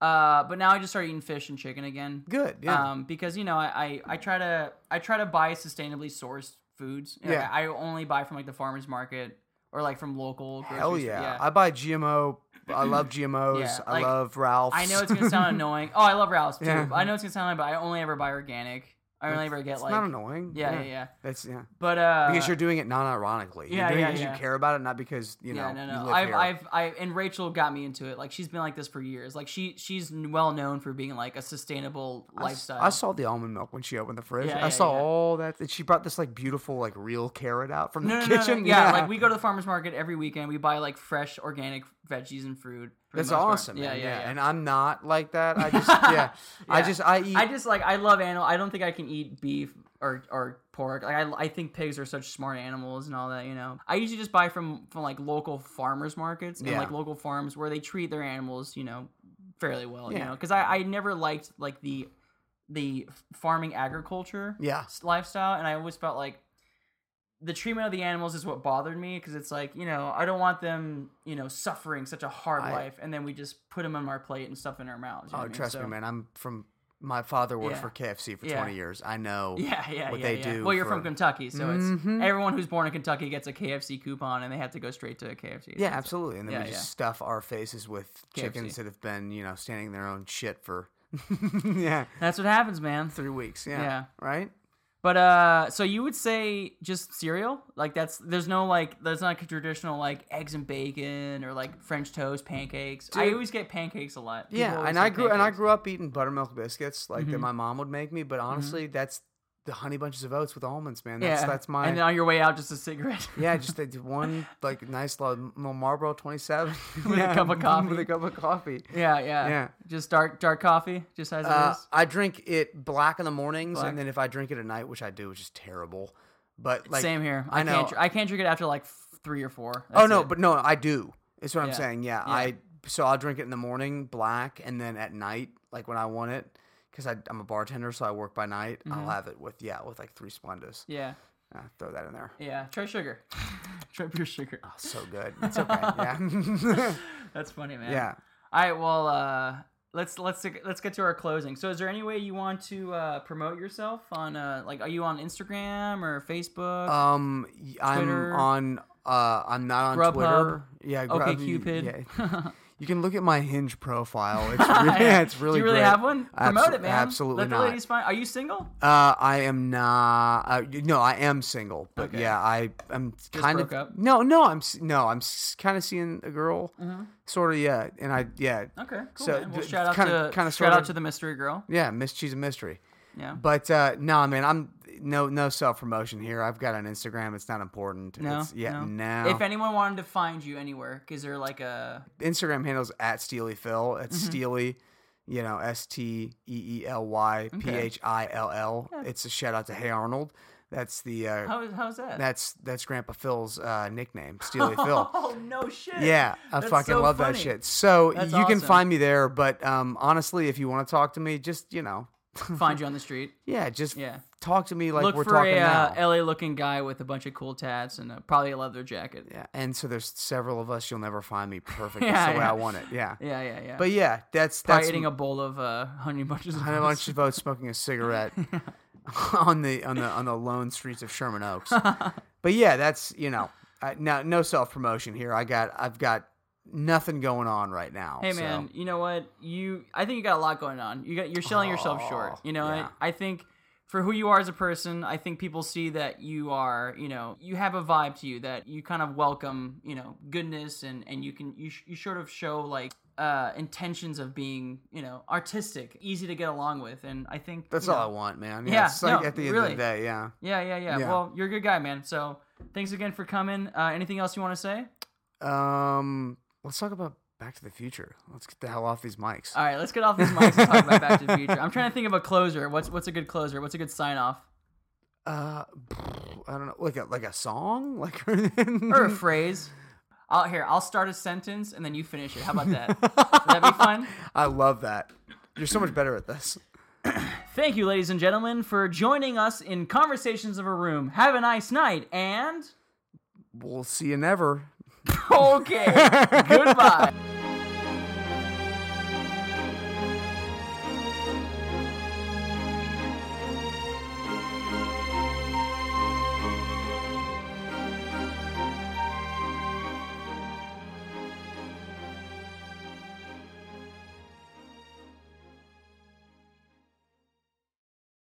Uh, but now I just started eating fish and chicken again. Good. Yeah. Um, because you know I, I I try to I try to buy sustainably sourced foods. Like, Yeah. I only buy from like the farmers market or like from local. grocery Hell store- yeah. I buy GMO. I [clears throat] love GMOs. Yeah, I like, love Ralph's. I know [laughs] it's gonna sound annoying. Oh, I love Ralph's too. Yeah. but I know it's gonna sound annoying, but I only ever buy organic. I only ever get it's like not annoying. Yeah, yeah, yeah. That's yeah. But uh, Because you're doing it non-ironically. yeah, you're doing yeah, it because yeah. you care about it, not because you know yeah, no, you no. live I've, here. I've, I, and Rachel got me into it. Like she's been like this for years. Like she, she's well known for being like a sustainable I s- lifestyle. I saw the almond milk when she opened the fridge. Yeah, I yeah, saw yeah. all that. and She brought this like beautiful, like real carrot out from no, the no, no, kitchen. no. Yeah, like we go to the farmers market every weekend. We buy like fresh organic veggies and fruit. for the That's most part. awesome. Yeah, yeah, yeah. And I'm not like that. I [laughs] just, yeah. I Yeah. just, I eat. I just like I love animal. I don't think I can eat beef or or pork. Like I, I think pigs are such smart animals and all that. You know, I usually just buy from from like local farmers markets and Yeah. like local farms where they treat their animals, you know, fairly well. You Yeah. know, because I I never liked like the the farming agriculture yeah. s- lifestyle, and I always felt like the treatment of the animals is what bothered me because it's like you know I don't want them you know suffering such a hard I- life, and then we just put them on our plate and stuff in our mouths. you know Oh, what I mean? trust me, So- man. I'm from, my father worked Yeah. for KFC for Yeah. 20 years. I know. [laughs] Yeah, yeah, what yeah, they yeah. do Well, you're from for- Kentucky, so Mhm. it's everyone who's born in Kentucky gets a KFC coupon, and they have to go straight to a KFC. Yeah, absolutely. And then Yeah, we just yeah. stuff our faces with chickens KFC. that have been, you know, standing their own shit for, [laughs] yeah, that's what happens, man. three weeks. Yeah. Yeah. Right? But uh, so you would say just cereal? Like that's there's no like there's not like a traditional like eggs and bacon or like French toast, pancakes. I Dude. always get pancakes a lot. People Yeah, always and say I grew and I pancakes. grew up eating buttermilk biscuits like that Mhm. my mom would make me. But honestly, that's the honey bunches of oats with almonds, man. That's yeah, that's my And uh, then on your way out, just a cigarette. [laughs] Yeah, just the the one like nice little Marlboro [laughs] 27 [laughs] With a Yeah, cup of coffee. With a cup of coffee. [laughs] yeah, yeah, Yeah. Just dark dark coffee, just as it Uh, is. I drink it black in the mornings, Black. and then if I drink it at night, which I do, which is terrible. But like, Same here. I I, know. Can't, dr- I can't drink it after like f- three or four. oh That's no, it. but no, I do. It's what I'm Yeah. saying. Yeah, Yeah. I so I'll drink it in the morning black, and then at night, like when I want it, because I'm a bartender, so I work by night. I'll Mhm. have it with yeah, with like three Splendas. yeah. Uh, throw that in there. Yeah, try sugar. [laughs] try pure sugar. Oh, so good. It's okay. [laughs] Yeah. [laughs] That's funny, man. yeah. All right. Well, uh, let's let's let's get to our closing. So, is there any way you want to uh, promote yourself on uh, like are you on Instagram or Facebook? Um, y- I'm Twitter. on. Uh, I'm not on Grubhub. Twitter. Yeah. okay, Grub- Cupid. yeah. [laughs] You can look at my Hinge profile. It's really, [laughs] yeah, it's really. Do you really great. have one? Promote Absol- it, man. absolutely Let the not. ladies find. Are you single? Uh, I am not. Uh, y- no, I am single, but Okay. yeah, I am kind broke of. up? No, no, I'm s- no, I'm kind of seeing a girl, Mm-hmm. sort of. Yeah, and I yeah Okay, cool. So, man. Well, d- shout out kinda- to kinda shout sorta- out to the mystery girl. yeah. Miss, she's a mystery. Yeah. But uh, no, man, I'm no no self promotion here. I've got an Instagram. It's not important. No, it's, yeah, no. now If anyone wanted to find you anywhere, is there like uh, a Instagram handles at Steely Phil. It's Mm-hmm. Steely, you know, S T E E L Y P H I L L. It's a shout out to Hey Arnold. That's the uh, how is how's that? that's that's Grandpa Phil's uh, nickname, [laughs] Steely Phil. Oh no shit. Yeah, I That's fucking so love that funny. shit. So That's you can awesome. find me there, but um, honestly, if you want to talk to me, just you know, Find you on the street. yeah, just Yeah. talk to me like Look we're for talking a now. uh, LA looking guy with a bunch of cool tats and uh, probably a leather jacket. yeah. And so there's several of us. You'll never find [laughs] me perfect. Yeah, that's the way yeah. I want it. Yeah. [laughs] Yeah, yeah, yeah. But yeah, that's probably that's eating a bowl of uh, honey bunches. Of I know a bunch of votes smoking a [laughs] cigarette [laughs] on the on the on the lone streets of Sherman Oaks. but yeah, that's you know I, now no self promotion here. I got I've got nothing going on right now. Hey so. man, you know what? You I think you got a lot going on. You got you're selling yourself short. Aw, You know, I- Oh, yeah. I, think for who you are as a person, I think people see that you are, you know, you have a vibe to you that you kind of welcome, you know, goodness and and you can you sh- you sort of show like uh intentions of being, you know, artistic, easy to get along with and I think That's you all I know, want, man. Yeah, Yeah, it's like no, at the end really. of the day, yeah. Yeah, yeah, yeah, Yeah. Well, you're a good guy, man. So, thanks again for coming. Uh anything else you want to say? Um, let's talk about Back to the Future. Let's get the hell off these mics. All right, let's get off these mics and talk about Back to the Future. I'm trying to think of a closer. What's what's a good closer? What's a good sign off? Uh, I don't know, like a like a song, [laughs] like or a phrase. I'll here. I'll start a sentence and then you finish it. How about that? Would that be fun? [laughs] I love that. You're so much better at this. [laughs] Thank you, ladies and gentlemen, for joining us in Conversations of a Room. Have a nice night and [laughs] We'll see you never. okay. [laughs] goodbye.